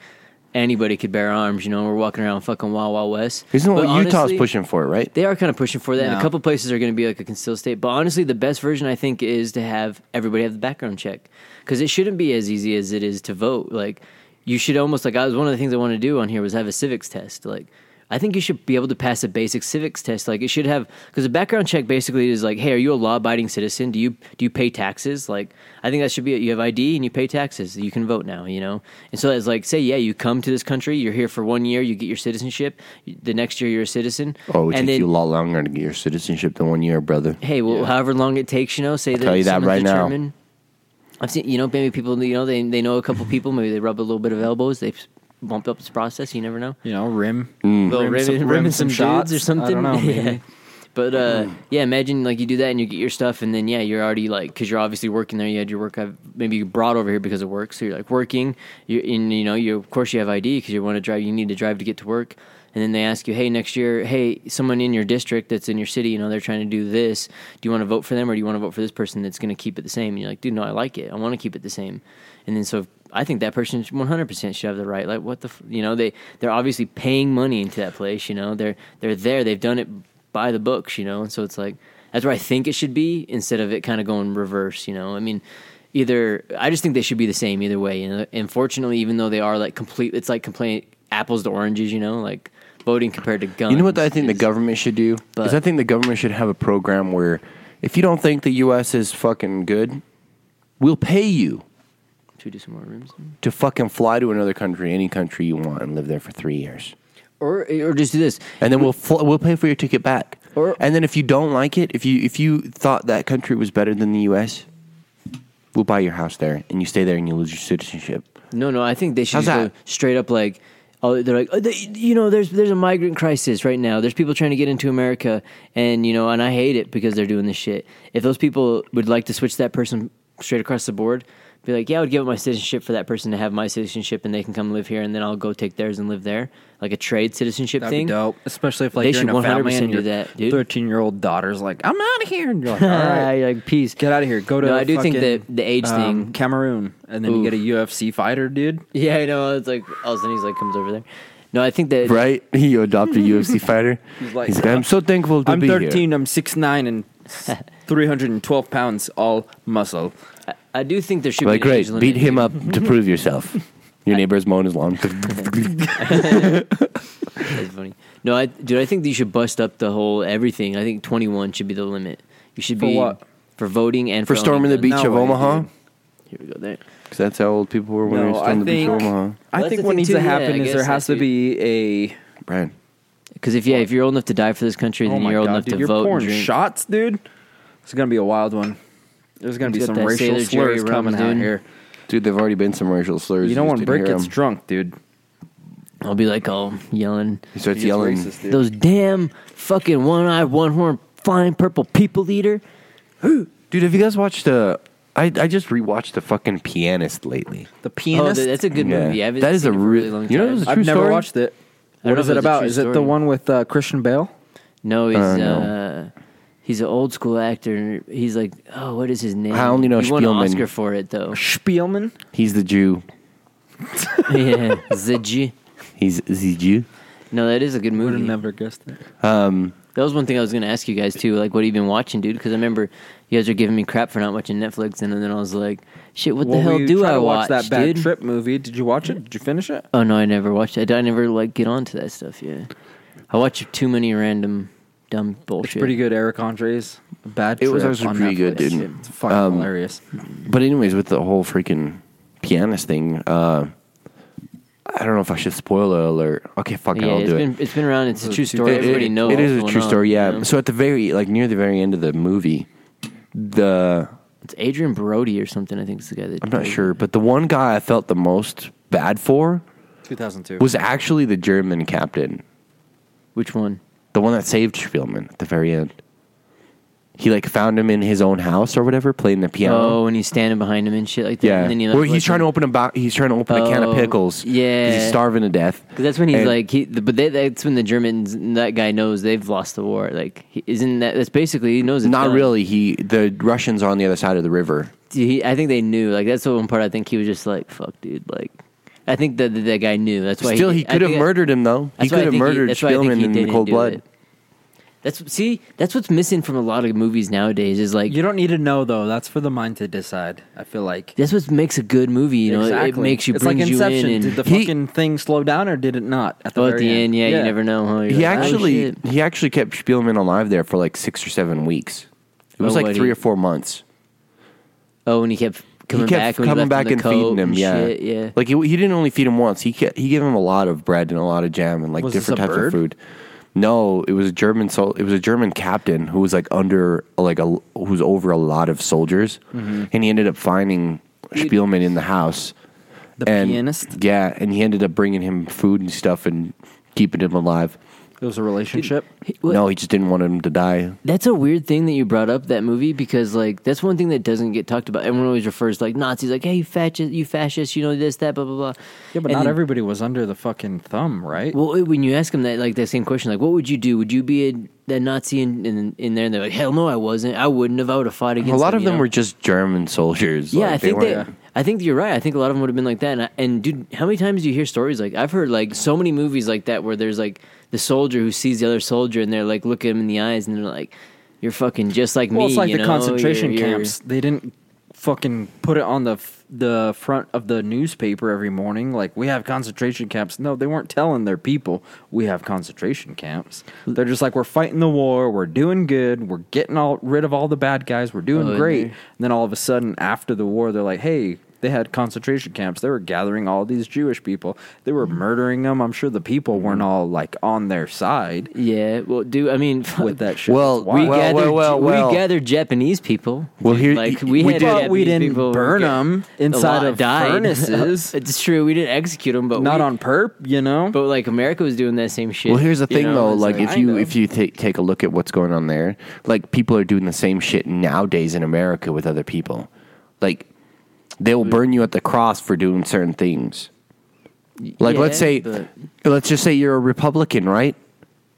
anybody could bear arms. You know, we're walking around fucking Wild Wild West.
Isn't
But
what Utah's
honestly-
pushing for, right?
They are kind of pushing for that. And
Yeah.
a couple places are going to be like a concealed state. But honestly, the best version I think is to have everybody have the background check because it shouldn't be as easy as it is to vote. Like you should almost like I was one of the things I want to do on here was have a civics test. Like I think you should be able to pass a basic civics test. Like it should have because a background check basically is like, hey, are you a law abiding citizen? Do you do you pay taxes? Like I think that should be it. You have ID and you pay taxes. You can vote now. You know. And so it's like, say, yeah, you come to this country, you're here for one year, you get your citizenship. The next year, you're a citizen.
Oh, it would
And
take
then-
you a lot longer to get your citizenship than one year, brother.
Hey, well, however long it takes, you know, say that
tell you that
someone's
right now.
determined- I've seen, you know, maybe people, you know, they they know a couple people, maybe they rub a little bit of elbows, they bump up this process. You never know.
You know, rim.
Little
Rim
rim,
some-
rim,
rim some
some,
shots.
dudes or something.
I don't know,
<laughs> Yeah.
maybe.
But uh, yeah, imagine like you do that and you get your stuff, and then yeah, you're already like because you're obviously working there. You had your work. I've- Maybe you brought over here because of work, so you're like working. You and you know you of course you have ID because you want to drive. You need to drive to get to work. And then they ask you, hey, next year, hey, someone in your district that's in your city, you know, they're trying to do this. Do you want to vote for them or do you want to vote for this person that's going to keep it the same? And you're like, dude, no, I like it. I want to keep it the same. And then so I think that person 100% should have the right. Like, what the, f-? you know, they, they're obviously paying money into that place, you know, they're, they're there, they've done it by the books, you know. And so it's like that's where I think it should be instead of it kind of going reverse, you know. I mean, either I just think they should be the same either way. You know, unfortunately, even though they are like complete, it's like complain apples to oranges, you know, like voting compared to guns.
You know what I think the
is-
government should do?
But-
Because I think the government should have a program where if you don't think the U.S. is fucking good, we'll pay you
Should we do some more rooms?
to fucking fly to another country, any country you want, and live there for three years.
Or or just do this.
And then we'll fl- we'll pay for your ticket back.
Or-
and then if you don't like it, if you if you thought that country was better than the U.S., we'll buy your house there, and you stay there, and you lose your citizenship.
No, no, I think they should
How's
just go
that?
straight up like, oh, they're like, oh, they, you know, there's there's a migrant crisis right now. There's people trying to get into America, and you know, and I hate it because they're doing this shit. If those people would like to switch that person straight across the board, be like, yeah, I would give up my citizenship for that person to have my citizenship, and they can come live here, and then I'll go take theirs and live there, like a trade citizenship
That'd
thing.
be dope. Especially if like
They
you're in
should
a family
100%
and
do
your
that, dude.
thirteen year old daughter's like, I'm out of here and you're like, all
<laughs>
right.
You're Ah, like peace.
Get out of here. Go to.
No, I do think
fucking,
that the age
um,
thing-
Cameroon, and then you get a UFC fighter, dude.
Yeah, I know. It's like all of a sudden he's like comes over there. No, I think that
Right? <laughs> You adopt
<laughs>
a UFC fighter.
He's like,
He's like, I'm so thankful to
I'm
be
13.
<laughs>
here.
I'm 6'9", and 312 pounds, all muscle.
I do think there should
Like,
be an age
great,
limit,
beat him
dude.
up to prove yourself. Your neighbor's mowing his <laughs> lawn.
That's funny. No, I dude, I think that you should bust up the whole everything. I think twenty one should be the limit. You should
For
be
what?
for voting and
For
for
storming the
owning
beach
guns.
No
of
way,
Omaha,
dude.
Here we go. There.
because that's how old people were when they were
No, I
storming the beach of
think
Omaha.
Well,
I
that's
think
the
what
thing,
needs
too,
to
yeah, I
happen is there
guess that's
has to be a
Brian,
Because if yeah, if you're old enough to die for this country, then
Oh my
you're old
God,
enough
dude,
to
you're
vote and
pouring
drink.
shots, dude. It's gonna be a wild one. There's gonna
He's
be
got
some
that
racial
Sailor Jerry
slurs coming
Rums,
out
dude.
here.
dude, they've already been some racial slurs.
You know
just
when
didn't
Brick
hear
gets
'em.
drunk, dude.
I'll be like, all yelling.
he starts
He gets
yelling.
racist, dude.
Those damn fucking one-eyed, one-horned, flying purple people eater.
Dude, have you guys watched? Uh, I I just rewatched the fucking pianist lately.
the
Oh,
pianist.
that- that's a good
Yeah.
movie. I haven't
That is
seen it
a
for a
re-
really long time.
you know, it's a-
I've
true
never
story?
watched it.
I don't
What
know
is
if
it
it's a
about?
true
Is it the
story.
one with uh, Christian Bale?
no, he's
Uh,
uh, he's an old school actor. He's like, oh, what is his name?
I only know
he won
Spielman.
an Oscar for it
<laughs>
though. <laughs>
Spielman.
He's the Jew.
yeah, Zidji.
He's the Jew.
No, that is a good movie.
guessed it.
That was one thing I was going to ask you guys too. Like, what have you been watching, dude? Because I remember you guys were giving me crap for not watching Netflix, and then I was like, shit, what the hell do I watch,
that bad
dude?
trip movie? Did you watch it? Did you finish it?
Oh no, I never watched it. I never like get onto that stuff. Yeah, I watch too many random dumb bullshit.
It's pretty good. Eric Andre's bad.
It was
Trip
actually
on
pretty good,
Netflix.
dude.
It's fucking
Um,
hilarious.
But anyways, with the whole freaking pianist thing, uh, I don't know if I should spoiler alert. Okay, fuck, it,
Yeah,
I'll
it's
do
been
it.
it's been around. It's a true story.
It- it-
Everybody knows
it is
what's
a
going
true
on,
story. Yeah.
you know?
So at the very, like near the very end of the movie, the
It's Adrian Brody or something. I think it's the guy that
I'm not sure, but the one guy I felt the most bad for
2002.
was actually the German captain,
Which one?
the one that saved Spielman at the very end. He like found him in his own house or whatever, playing the piano.
Oh, and he's standing behind him and shit like that.
Yeah,
and then he
Well, he's trying to open a bo- he's trying to open a can
Oh,
of pickles. 'cause he's
yeah.
starving to death.
Because that's when he's
And-
like, he, but they, that's when the Germans, that guy knows they've lost the war. Like, he, isn't that, that's basically, he knows it's
not
done.
really. He the Russians are on the other side of the river.
He, I think they knew. Like, that's the one part I think he was just like, fuck, dude. Like, I think that that, that guy knew. That's why
Still,
did-
he
I
could have
think that-
murdered him though. He
that's why I
could have
think
murdered
that's why I think
Spielman
he
in
didn't
cold
do
blood.
it. That's, see, that's what's missing from a lot of movies nowadays is like,
You don't need to know though. That's for the mind to decide. I feel like.
that's what makes a good movie, you know? It- It makes you,
It's
brings
like Inception.
you in. And,
Did
<laughs>
the
He-
fucking thing slow down or did it not? At the,
oh, at
very
the end, yeah, you never know. Huh? You're like,
He
oh,
actually
shit.
he actually kept Spielman alive there for like six or seven weeks. It was
Oh,
like
what,
three
he-
or four months.
Oh, and he kept coming
he kept
back, when he
coming
left him
back
the
and
coat
feeding him.
and
yeah,
shit, yeah.
Like he, he didn't only feed him once. He kept, he gave him a lot of bread and a lot of jam and like
Was this
different
a
types of
bird?
food. No, it was a German sol- It was a German captain who was like under like a who's over a lot of soldiers,
Mm-hmm.
and he ended up finding Spielman in the house.
The
and,
pianist.
Yeah, and he ended up bringing him food and stuff and keeping him alive.
It was a relationship.
He- what-
No, he just didn't want him to die.
That's a weird thing that you brought up that movie because like that's one thing that doesn't get talked about. Everyone always refers to, like Nazis, like hey you fascist, you fascist, you know this, that, blah blah blah.
Yeah, but
And
not
then-
everybody was under the fucking thumb, right?
Well, it- when you ask them that like that same question, like what would you do? Would you be a, a Nazi in, in in there? And they're like, hell no, I wasn't. I wouldn't have. I would have fought against.
A lot of
you
them
know?
were just German soldiers.
Yeah,
Like,
I think
weren't-
that. I think you're right. I think a lot of them would have been like that. And, I, and dude, how many times do you hear stories like I've heard like so many movies like that where there's like the soldier who sees the other soldier and they're like look at him in the eyes and they're like, "You're fucking just like me."
Well, it's like
you
the
know?
concentration
You're- you're-
camps. They didn't fucking put it on the f- the front of the newspaper every morning. Like we have concentration camps. No, they weren't telling their people we have concentration camps. They're just like we're fighting the war. We're doing good. We're getting all rid of all the bad guys. We're doing
Oh, and
great.
they're-
And then all of a sudden, after the war, they're like, hey. They had concentration camps. They were gathering all these Jewish people. They were murdering them. I'm sure the people weren't
Mm-hmm.
all like on their side
Yeah, well, dude, I mean,
with that shit.
Well,
It's wild.
we
Uh, we gathered,
well, well, well.
we gathered Japanese people.
Well, here-
like we, had
we did-
Japanese
But we didn't
people
burn
get-
'em
a
inside
lot
of
died. <laughs>
furnaces.
it's true, we didn't execute them, but
not
we,
on perp, you know.
But like America was doing that same shit.
Well, here's the
you
thing
know,
though.
it's
Like, if
I
you
know.
if you take take a look at what's going on there, like people are doing the same shit nowadays in America with other people. Like they will burn you at the cross for doing certain things. Like let's
yeah,
say,
but-
let's just say you're a Republican, right?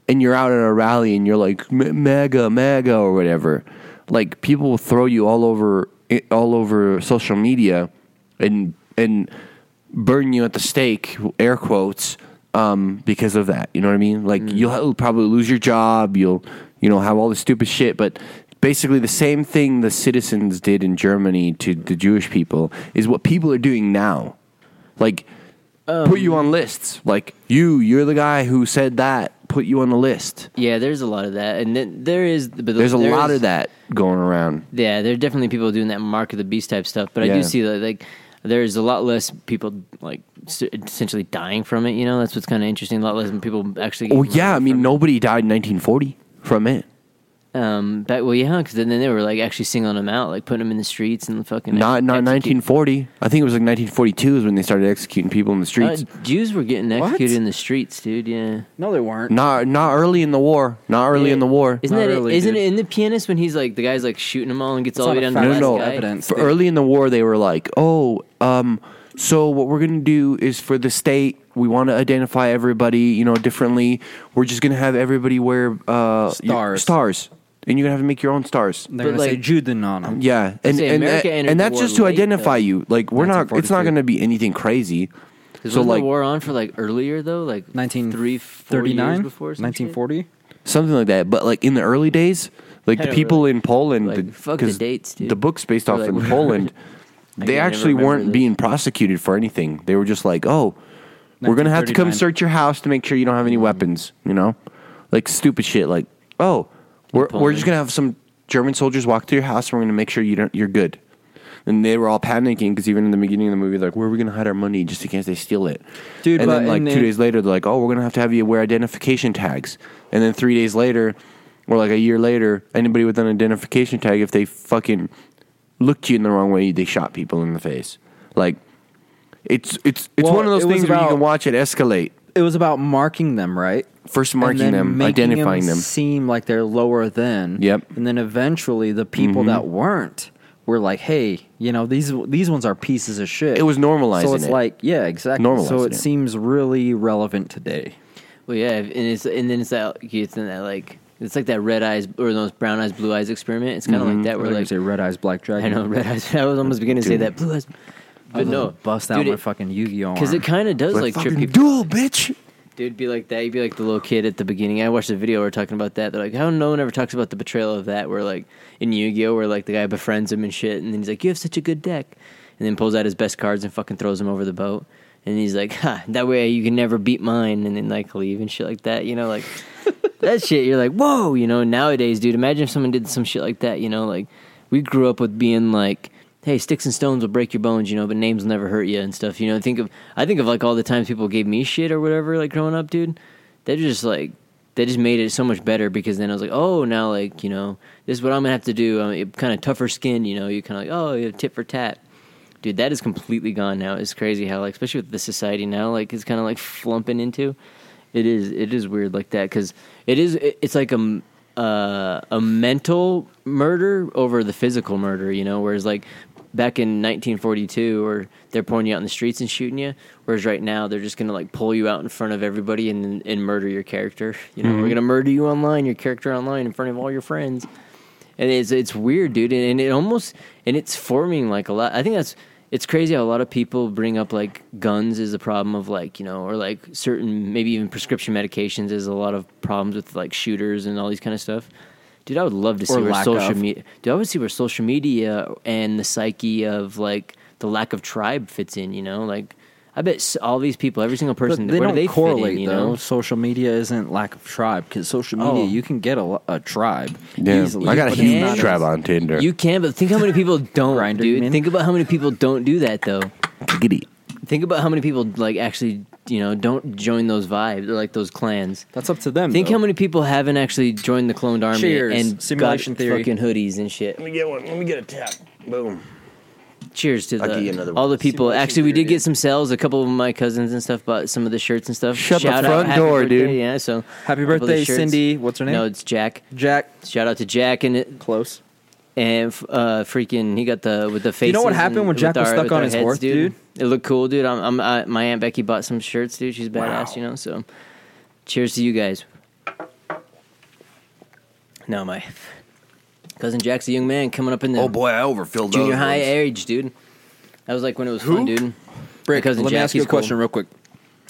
And you're out at a rally and you're like "M- MAGA, MAGA, or whatever. Like people will throw you all over i- all over social media, and and burn you at the stake, air quotes, um, because of that. You know what I mean? Like you'll ha- probably lose your job. You'll you know have all this stupid shit, but basically the same thing the citizens did in Germany to the Jewish people is what people are doing now. Like put you on lists. Like you, you're the guy who said that. Put you on the list.
Yeah, there's a lot of that, and then there is. But
There's a
there
lot
is-
of that going around.
Yeah, there are definitely people doing that Mark of the Beast type stuff, but I
Yeah.
do see that like there's a lot less people like s- essentially dying from it. You know, that's what's kind of interesting. A lot less people actually.
Oh
getting
yeah,
murdered
I mean
from
nobody died in 1940 from it.
it. Um, back, well, yeah, because then, then they were like actually singling them out, like putting them in the streets and fucking
Not not
execute-
1940. I think it was like 1942 is when they started executing people in the streets.
Uh, Jews were getting executed
What?
in the streets, dude. Yeah.
No, they weren't.
not not early in the war. Not early in the war.
Isn't
Not
that
really,
not
dude.
it in the pianist when he's like the guy's like shooting them all and gets all the way
not
down
a
to the last
fact.
No, no.
guy?
Evidence.
For early in the war, they were like, "Oh, um, so what we're gonna do is for the state, we want to identify everybody, you know, differently. We're just gonna have everybody wear uh, your-
Stars.
stars, and you're gonna have to make your own stars.
They're
But,
gonna say
like-
Jude the Nana.
Yeah, and
say
and,
America
that-
entered
and
the
that's
war
just to
late,
identify
though.
you. Like we're not. It's not
1942.
gonna be anything crazy. So
So
like
the war on for like earlier though, like
1939
before
1940
something like that. But like in the early days, like
I
the
don't
people
really-
in Poland,
like,
the,
fuck the
'cause
dates, dude.
The book's based off
They're <laughs>
in
like,
Poland. they
I never
actually
remember
weren't
this.
being prosecuted for anything. They were just like, oh, we're gonna have to come
1939.
search your house to make sure you don't have any weapons. You know, like stupid shit. Like, oh, we're we're
Poland.
just gonna have some German soldiers walk through your house and we're gonna make sure you don't you're good. And they were all panicking because even in the beginning of the movie, like, where are we gonna hide our money just in case they steal it?
Dude,
and
but
then like
in
two
the-
days later, they're like, "Oh, we're gonna have to have you wear identification tags." And then three days later, or like a year later, anybody with an identification tag, if they fucking looked you in the wrong way, they shot people in the face. Like, it's it's it's
Well,
one of those
it was
things where you
about-
can watch it escalate.
it was about marking them right
First
And
marking
then
them,
making
identifying them.
seem like they're lower than
Yep.
and then eventually the people that weren't were like hey you know these these ones are pieces of shit
It was normalizing
so it's
it.
like yeah exactly so
Normalizing
it,
it.
seems really relevant today
Well, yeah, and it's and then it's that it's in that like it's like that red eyes or those brown eyes blue eyes experiment. It's kind of Mm-hmm. like that
we're
where
like,
like
say red eyes black dragon
I know red eyes. <laughs> I was almost beginning to say
Dude.
that blue eyes, but no,
bust out my fucking Yu-Gi-Oh
because it kind of does like trip
fucking
people.
duel, bitch.
Dude, be like that. You'd be like the little kid at the beginning. I watched a video. We're talking about that. They're like, how no one ever talks about the betrayal of that. Where like in Yu Gi Oh, where like the guy befriends him and shit, and then he's like, you have such a good deck, and then pulls out his best cards and fucking throws him over the boat. And he's like, ha, that way you can never beat mine, and then like leave and shit like that. You know, like that shit. You're like, whoa, you know. Nowadays, dude, imagine if someone did some shit like that. You know, like we grew up with being like. Hey, sticks and stones will break your bones, you know, but names will never hurt you and stuff. You know, think of I think of like all the times people gave me shit or whatever, like growing up, dude. They just like they just made it so much better because then I was like, oh, now like you know, this is what I'm gonna have to do. I'm kind of tougher skin, you know. You kind of like, oh, you have tit for tat, dude. That is completely gone now. It's crazy how like, especially with the society now, like it's kind of like flumping into. It is it is weird like that because it is it- it's like a m- uh, a mental murder over the physical murder, you know. Whereas like back in 1942, or they're pulling you out in the streets and shooting you. Whereas right now, they're just gonna like pull you out in front of everybody and and murder your character. You know, we're gonna murder you online, your character online in front of all your friends and it's it's weird, dude, and, and it almost and it's forming like a lot. I think that's it's crazy how a lot of people bring up like guns is a problem of like you know or like certain maybe even prescription medications is a lot of problems with like shooters and all these kind of stuff. Dude, I would love to see
Or
where
lack
social
of.
media. Dude, I would see where social media and the psyche of like the lack of tribe fits in. You know, like I bet s- all these people, every single person,
But they
where
don't
do they
correlate
fit in, you
though.
know?
Social media isn't lack of tribe because social media
Oh.
you can get a, lo- a tribe
Yeah,
easily.
I got a
but it's
huge
not as-
tribe on Tinder.
You can, but think how many people don't,
Grindr, you
dude.
mean?
Think about how many people don't do that though.
giddy.
Think about how many people like actually, you know, don't join those vibes, like those clans.
That's up to them.
Think
though.
how many people haven't actually joined the cloned army
Cheers.
and
Simulation
got
theory.
fucking hoodies and shit.
Let me get one. Let me get a tap. Boom.
Cheers to
I'll give you another
the,
one.
all the people.
Simulation
actually, we did
theory.
get some sales. A couple of my cousins and stuff bought some of the shirts and stuff.
Shut the
Shout out,
front
happy
door,
birthday,
dude.
Yeah, so
Happy
a couple of the
birthday,
shirts.
Cindy. What's her name?
No, it's Jack.
Jack.
Shout out to Jack and it,
Close.
and f- uh, freaking he got the with the face.
You know what happened when Jack was stuck on his horse, dude?
It looked cool, dude. I'm, I'm I, my aunt Becky bought some shirts, dude. She's badass, you know. So, cheers to you guys. Now my cousin Jack's a young man coming up in the
Oh boy, I overfilled.
junior
those
high
ones.
age, dude. That was like when it was fun, dude.
Brick,
Because
let me
Jack,
ask you a
he's cool.
question real quick.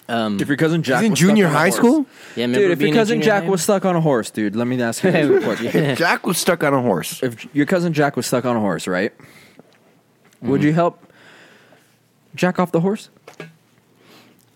if your cousin Jack
He's in
was stuck
junior
on a
high
horse-
school?
Yeah, remember
dude. If
being
your
in
cousin
junior
Jack
high?
was stuck on a horse, dude. Let me ask
<laughs>
you this question.
Jack was stuck on a horse.
If your cousin Jack was stuck on a horse, right?
Mm.
Would you help Jack off the horse?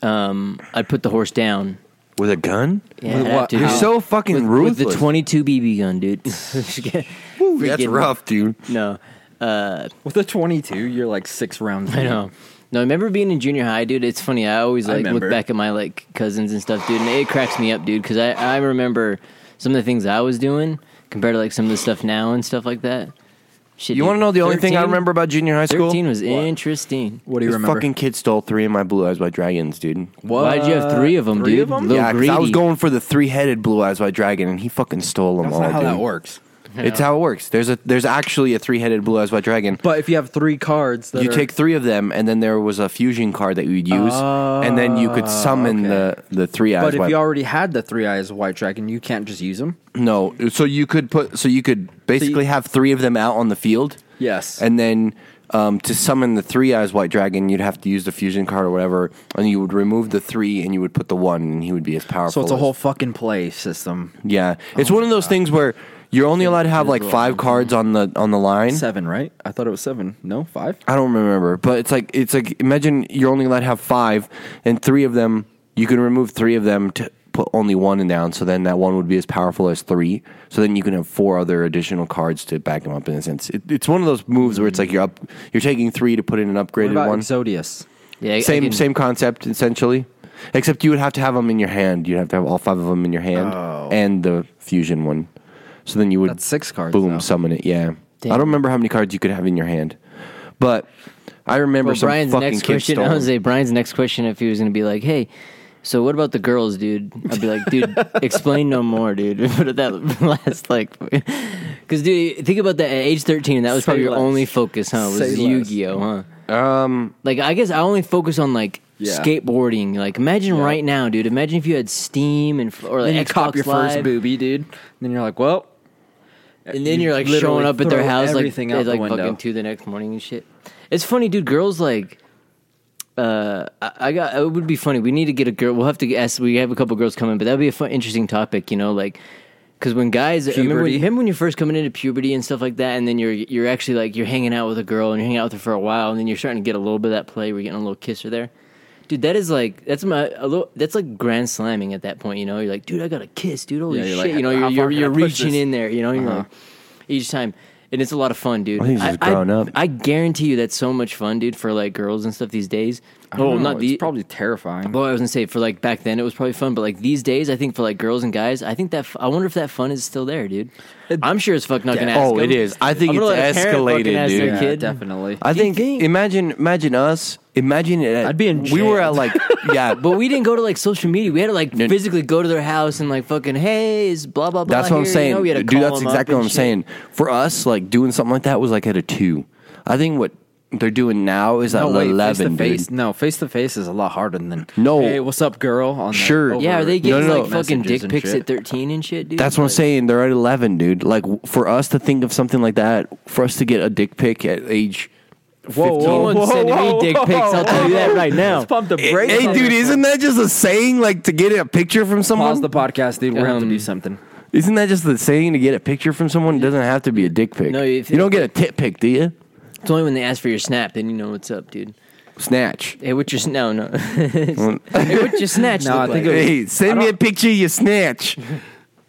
um, I'd put the horse down.
With a gun?
Yeah,
With
I'd have
what?
to.
You're so fucking
with,
ruthless.
With the 22 BB gun, dude. <laughs> Freaking-
Ooh, That's rough, dude.
No,
With a twenty-two, you're like six rounds.
I
in.
know. No, I remember being in junior high, dude. It's funny. I always
I
like look
remember.
back at my like cousins and stuff, dude, and it cracks me up, dude, because I I remember some of the things I was doing compared to like some of the stuff now and stuff like that. Shit,
You
dude.
want to know the only thing I
13?
remember about junior high school?
Thirteen was interesting.
What do you
This
remember?
Fucking kid stole three of my Blue Eyes White Dragons, dude.
What?
Why'd you have three of them,
Three
dude?
of 'em?
Little
Yeah, 'cause I
greedy.
was going for the three-headed Blue Eyes White Dragon, and he fucking stole them
That's
all.
not how
dude.
that works.
It's how it works. There's a there's actually a three-headed Blue Eyes White Dragon.
But if you have three cards, that
you
are-
take three of them, and then there was a fusion card that you'd use, and then you could summon
Ah, okay.
the the three eyes.
But if
white-
you already had the three eyes white dragon, you can't just use them.
no, so you could put so you could basically have three of them out on the field.
Yes.
and then um, to summon the three eyes white dragon, you'd have to use the fusion card or whatever, and you would remove the three, and you would put the one, and he would be as
so
powerful.
it's a
as-
whole Oh fucking play system.
yeah. It's one of those things where you're only allowed to have like five cards on the on the line.
Seven, right? I thought it was seven. No, five.
I don't remember, but it's like it's like imagine you're only allowed to have five, and three of them you can remove three of them to put only one down. So then that one would be as powerful as three. So then you can have four other additional cards to back them up. In a sense, it, it's one of those moves where it's like you're up, you're taking three to put in an
What
upgraded
about
one.
Exodius?
Yeah, I- I
same
can-
same concept essentially, except you would have to have them in your hand. You'd have to have all five of them in your hand and the fusion one. So then you would
Oh. That's six cards,
Boom,
though.
summon it. Yeah, I
Damn.
don't remember how many cards you could have in your hand, but I remember
Well,
some
Brian's
fucking
next
kid
question. <laughs>
stole
I was
them.
say Brian's next question if he was gonna be like, "Hey, so what about the girls, dude?" I'd be like,
<laughs>
"Dude, explain no more, dude." <laughs> But that last like, <laughs> because dude, think about that at age thirteen. That was
Say
probably your
less.
only focus, huh?
Say
Was
less.
Yu Gi Oh, huh? Um, like I guess I only focus on like.
Yeah.
Skateboarding, like imagine right now, dude. Imagine if you had Steam and f- or like
then you
Xbox
cop your
Live,
first booby, dude. And then you're like, well,
and then
You
you are like
literally
showing up at their
throw
house like
everything out
at,
the
like
window.
fucking two the next morning and shit. It's funny, dude. Girls like, uh, I, I got it would be funny. We need to get a girl. We'll have to ask. We have a couple girls coming, but that'd be a fun, interesting topic, you know, like. Because when guys, remember when,
Puberty.
remember when you're first coming into puberty and stuff like that, and then you're you're actually like you're hanging out with a girl and you're hanging out with her for a while, and then you're starting to get a little bit of that play. We're getting a little kisser there, dude. That is like that's my a little, that's like grand slamming at that point. You know, you're like, dude, I got a kiss, dude. Holy
Yeah, you're
shit,
like,
you know,
how
you're you're,
far can I
you're
push
reaching
this? Uh-huh.
in there. You know, you're like each time, and it's a lot of fun, dude.
I think he's just grown up.
I guarantee you that's so much fun, dude, for like girls and stuff these days.
I
Oh,
don't know,
not
it's
the
probably terrifying.
Boy, I was gonna say for like back then it was probably fun, but like these days, I think for like girls and guys, I think that f- I wonder if that fun is still there, dude. I'm sure it's fuck not gonna.
Yeah.
Ask
Oh, it
'em.
is. I think
I'm gonna
it's
let a parent fucking
escalated,
ask their
dude.
yeah,
kid.
definitely.
I
Do you
think,
think-
imagine imagine us imagine it. At,
I'd be in
We were
jail.
at
<laughs>
like yeah,
But we didn't go to like social media. We had to like
No.
physically go to their house and like fucking hey, is blah blah blah.
That's what I'm
here," you
saying.
know? We had to
Dude,
call
that's
'em up
exactly what
and
I'm
shit.
saying. For us, like doing something like that was like at a two. I think what they're doing now is at
no, wait, face to
eleven,
face.
dude.
No, face to face is a lot harder than
No.
Hey, what's up, girl? On the-
Sure.
over
Yeah, are they
No,
getting
no,
like fucking
messages
dick
and
pics
shit?
at 13 and shit, dude?
That's what I'm
Like-
saying. They're at eleven, dude. Like w- for us to think of something like that, for us to get a dick pic at age.
Whoa,
He
whoa,
wasn't
whoa,
sending
whoa,
me dick
whoa,
pics. I'll tell you that
whoa.
right now.
Let's pump the brakes.
Hey,
on
dude,
this one.
isn't that just a saying? Like to get a picture from
pause
someone?
the podcast, dude? We're gonna have to
Um,
do something.
isn't that just the saying to get a picture from someone? It doesn't have to be a dick pic.
No,
you
if-
don't get a tit pic, do you?
It's only when they ask for your snap, then you know what's up, dude.
Snatch.
Hey, what's your sn- no <laughs> no? hey, what's your <laughs> snatch?
No,
look
I think
like?
it
Hey, send me a picture. of your snatch.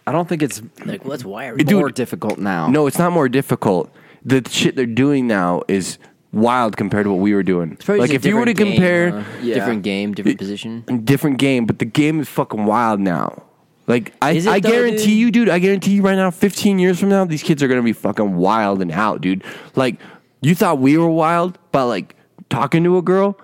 I don't think it's
like what's wiry?
Dude,
more difficult now.
No, it's not more difficult. The shit they're doing now is wild compared to what we were doing.
It's probably
Like
just
if
a
you were to
different game,
compare
huh?
Yeah.
different game, different position.
different game, but the game is fucking wild now. Like I,
Is it
I
though,
guarantee
dude?
you, dude. I guarantee you right now. Fifteen years from now, these kids are gonna be fucking wild and out, dude. Like you thought we were wild by like talking to a girl.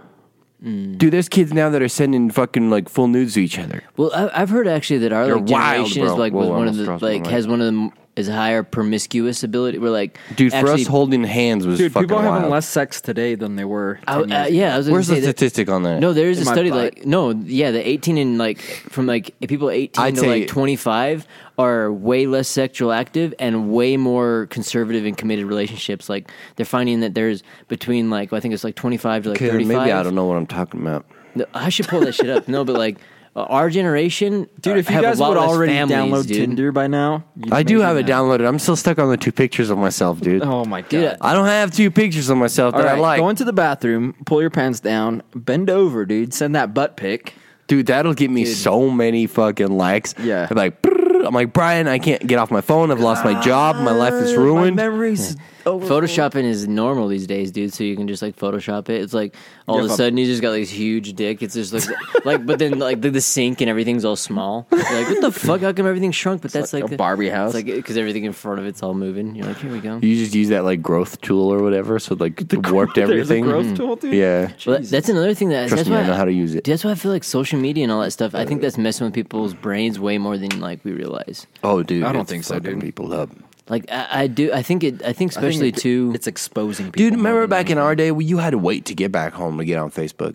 Dude, there's kids now that are sending fucking like full nudes to each other.
Well, I, I've heard actually that our
They're
like,
wild,
generation
bro.
is like
Whoa,
was
I
one of
almost
the
crossed my
like
leg.
has one of them is higher promiscuous ability. We're like,
Dude, for
actually-
us holding hands was
dude,
fucking
people are having
wild.
less sex today than they were.
I,
10 years
uh,
ago.
yeah, I was gonna
Where's
say
the
that-
statistic on that?
No, there is
In
a
my
study
butt.
like no, yeah, the eighteen and like from like people 18
I'd
to
say-
like twenty five are way less sexual active and way more conservative in committed relationships. Like they're finding that there's between like I think it's like twenty five to like
Okay,
thirty five.
maybe I don't know what I'm talking about.
No, I should pull that shit up. No, but like uh, our generation,
Dude,
uh,
if you
have a
guys
lot
would
less
already
families,
download
dude.
Tinder by now, you'd
I do
maybe
have it
not.
downloaded. I'm still stuck on the two pictures of myself, dude.
Oh my god.
Dude, I-
I don't have two pictures of myself
All
that
right,
I like.
go into the bathroom, pull your pants down, bend over, dude. Send that butt pic.
Dude, that'll get me so many fucking likes.
Yeah.
I'm like, "Brrr." I'm like, Brian, I can't get off my phone. I've lost my job. My life
Uh,
is ruined.
memories. Over-
Photoshopping is normal these days, dude. So you can just like Photoshop it. It's like all of
Yeah,
a
but-
sudden you just got like, this huge dick. It's just like, like, but then like the, the sink and everything's all small. You're like, what the fuck? How come everything shrunk? But that's
like
like,
a
the-
Barbie
it's
house.
like because everything in front of it's all moving. You're like, here we go.
You just use that like growth tool or whatever, so like warped
There's a
everything. Mm-hmm.
growth tool, dude.
Yeah.
Well, that- that's another thing that
Trust
that's
me,
why
I know how to use it.
That's why I feel like social media and all that stuff. I think that's messing with people's brains way more than like we realize.
Oh, dude,
I don't
it's
think so,
fucking
dude.
People up.
Like I, I do. I think it. I think
I think
especially
it-
too.
It's exposing people.
Dude,
more
remember
than
back in
anything.
our day, we- you had to wait to get back home to get on Facebook.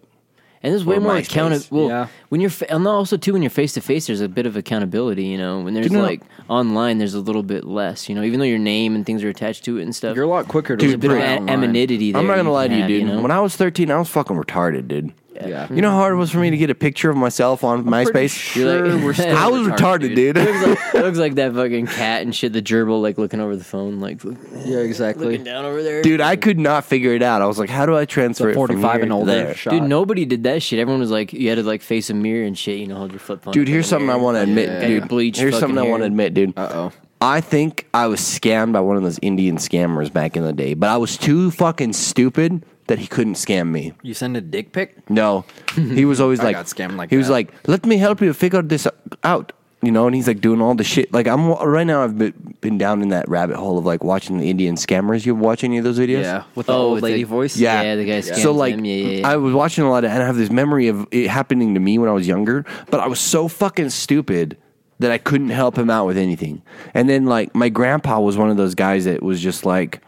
And there's way
Or
more
MySpace.
accountability. Well,
Yeah.
when you're, fa- and also too, when you're face to face, there's a bit of accountability. You know, when there's
Dude, no.
like online, there's a little bit less. You know, even though your name and things are attached to it and stuff,
You're a lot quicker to
There's a bit of
spread
a-
online.
anonymity. There
I'm not gonna
can
lie to you,
have,
dude.
know?
When I was 13, I was fucking retarded, dude.
Yeah.
You know how hard it was for me to get a picture of myself on MySpace?
You're like- we're still
<laughs> I was retarded, dude.
it <laughs> looks, like, it looks like that fucking cat and shit. The gerbil like looking over the phone, like look-
Yeah, exactly.
looking down over there.
Dude, I could not figure it out. I was like, how do I transfer
The
it from
45
here
and
to
older
there?
shot.
Dude, nobody did that shit. Everyone was like, you had to like face a mirror and shit. You know, hold your flip phone.
Dude,
up in
here's
the
something I
mirror.
want to admit,
Got your
dude.
bleached
here's something
fucking
I want to
hair.
admit, dude.
Uh-oh.
I think I was scammed by one of those Indian scammers back in the day, but I was too fucking stupid that he couldn't scam me.
You send a dick pic? <laughs>
No, he was always
I
like,
got scammed like
he was
that.
like, let me help you figure this out. You know, and he's like doing all the shit. Like I'm right now, I've been, been down in that rabbit hole of like watching the Indian scammers. You watch any of those videos?
Yeah. With the
Oh,
old
with
lady
the-
voice?
Yeah,
Yeah, the guy
So
scams
like,
them. Yeah, yeah, yeah.
I was watching a lot of, and I have this memory of it happening to me when I was younger. But I was so fucking stupid that I couldn't help him out with anything. And then like, my grandpa was one of those guys that was just like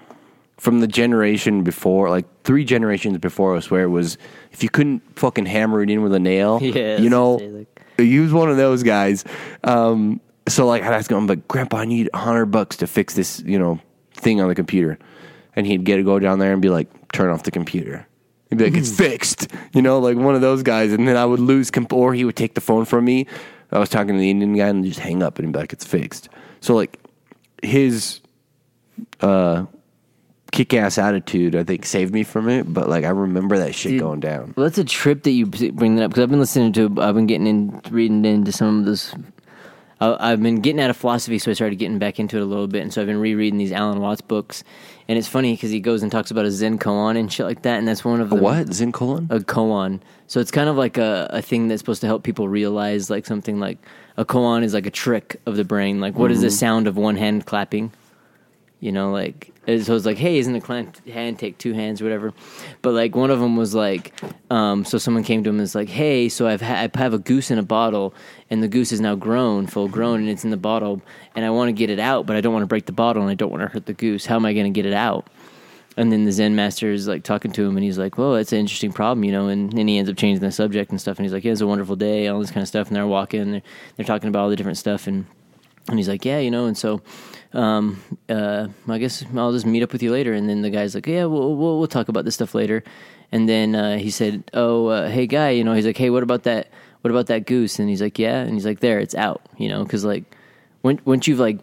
from the generation before, like three generations before us, where it was if you couldn't fucking hammer it in with
<laughs>
a nail,
Yeah,
you know,
that's what
he was one of those guys. Um, so like I'd ask him, I'm like, Grandpa, I need a hundred bucks to fix this, you know, thing on the computer, and he'd get go down there and be like, turn off the computer. He'd be like, it's fixed, you know, like one of those guys. And then I would lose, comp- or he would take the phone from me. I was talking to the Indian guy and just hang up and be like, it's fixed. So like his kick ass attitude, I think, saved me from it. But like, I remember that shit
Dude.
going down.
Well, that's a trip that you bring that up because I've been listening to, I've been getting in, reading into some of this. I, I've been getting out of philosophy, so I started getting back into it a little bit, and so I've been rereading these Alan Watts books, and it's funny because he goes and talks about a Zen koan and shit like that, and that's one of the
What Zen colon?
a koan. So it's kind of like a, a thing that's supposed to help people realize like something like a koan is like a trick of the brain. Like what is the sound of one hand clapping? You know, like and so it's like, hey, isn't a clamp hand take two hands, whatever. But like one of them was like, um, so someone came to him and was like, hey, so I've ha- I have a goose in a bottle, and the goose is now grown, full grown, and it's in the bottle, and I want to get it out, but I don't want to break the bottle, and I don't want to hurt the goose. How am I going to get it out? And then the Zen master is like talking to him, and he's like, "Well, that's an interesting problem, you know." And then he ends up changing the subject and stuff. And he's like, "Yeah, it's a wonderful day, all this kind of stuff." And they're walking, and they're, they're talking about all the different stuff, and and he's like, "Yeah, you know." And so, um, uh, I guess I'll just meet up with you later. And then the guy's like, "Yeah, we'll we'll, we'll talk about this stuff later." And then uh, he said, "Oh, uh, hey guy, you know," he's like, "Hey, what about that? What about that goose?" And he's like, "Yeah," and he's like, "There, it's out," you know, because like when, once you've like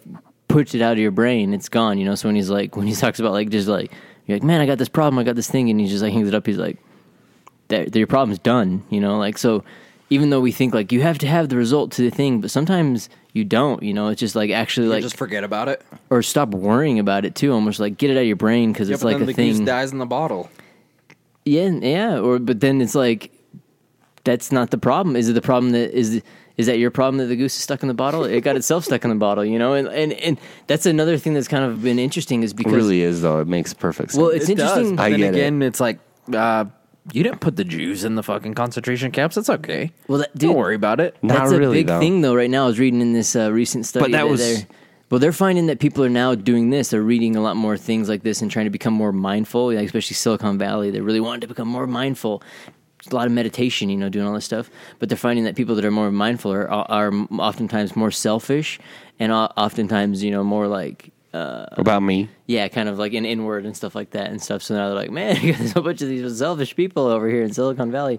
pushed it out of your brain, it's gone, you know. So when he's like, when he <laughs> talks about like just like you're like, man, I got this problem, I got this thing, and he just like hangs it up. He's like, that your problem's done, you know. Like so, even though we think like you have to have the result to the thing, but sometimes you don't, you know. It's just like actually like
just forget about it.
or stop worrying about it too. Almost like get it out of your brain because
Yeah,
it's
but
like
then
a
the goose
thing.
dies in the bottle.
Yeah, yeah. Or but then it's like that's not the problem. Is it the problem that is is that your problem that the goose is stuck in the bottle? It got itself stuck in the bottle, you know. And and and that's another thing that's kind of been interesting is
It
because
really is though. It makes perfect sense.
well, it's interesting.
Does, but
I
then
get it.
again, it's like uh, you didn't put the Jews in the fucking concentration camps. That's okay.
Well, that, dude,
Don't worry about it.
Not
that's
really,
a big
though.
thing though. Right now, I was reading in this uh, recent study.
But that was-
they're, well, they're finding that people are now doing this. They're reading a lot more things like this and trying to become more mindful. Like especially Silicon Valley, they really wanted to become more mindful. A lot of meditation, you know, doing all this stuff. But they're finding that people that are more mindful are, are oftentimes more selfish and o- oftentimes, you know, more like
About me?
Yeah, kind of like an inward and stuff like that and stuff. So now they're like, man, <laughs> there's a bunch of these selfish people over here in Silicon Valley.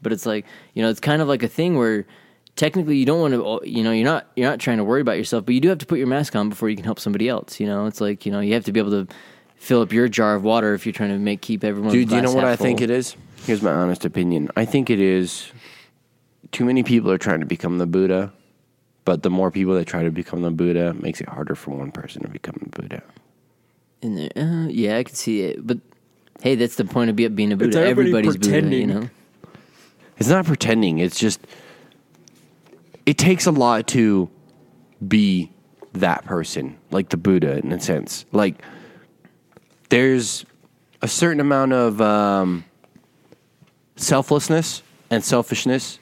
But it's like, you know, it's kind of like a thing where technically you don't want to, you know, you're not you're not trying to worry about yourself, but you do have to put your mask on before you can help somebody else. You know, it's like you know you have to be able to fill up your jar of water if you're trying to make keep everyone.
Dude, do you know what I think it is? Here's my honest opinion. I think it is too many people are trying to become the Buddha, but the more people that try to become the Buddha it makes it harder for one person to become the Buddha.
In there, uh, yeah, I can see it, but. Hey, that's the point of be- being a Buddha.
everybody
Everybody's
pretending.
Buddha, you know.
It's not pretending, it's just it takes a lot to be that person, like the Buddha in a sense. Like there's a certain amount of um, selflessness and selfishness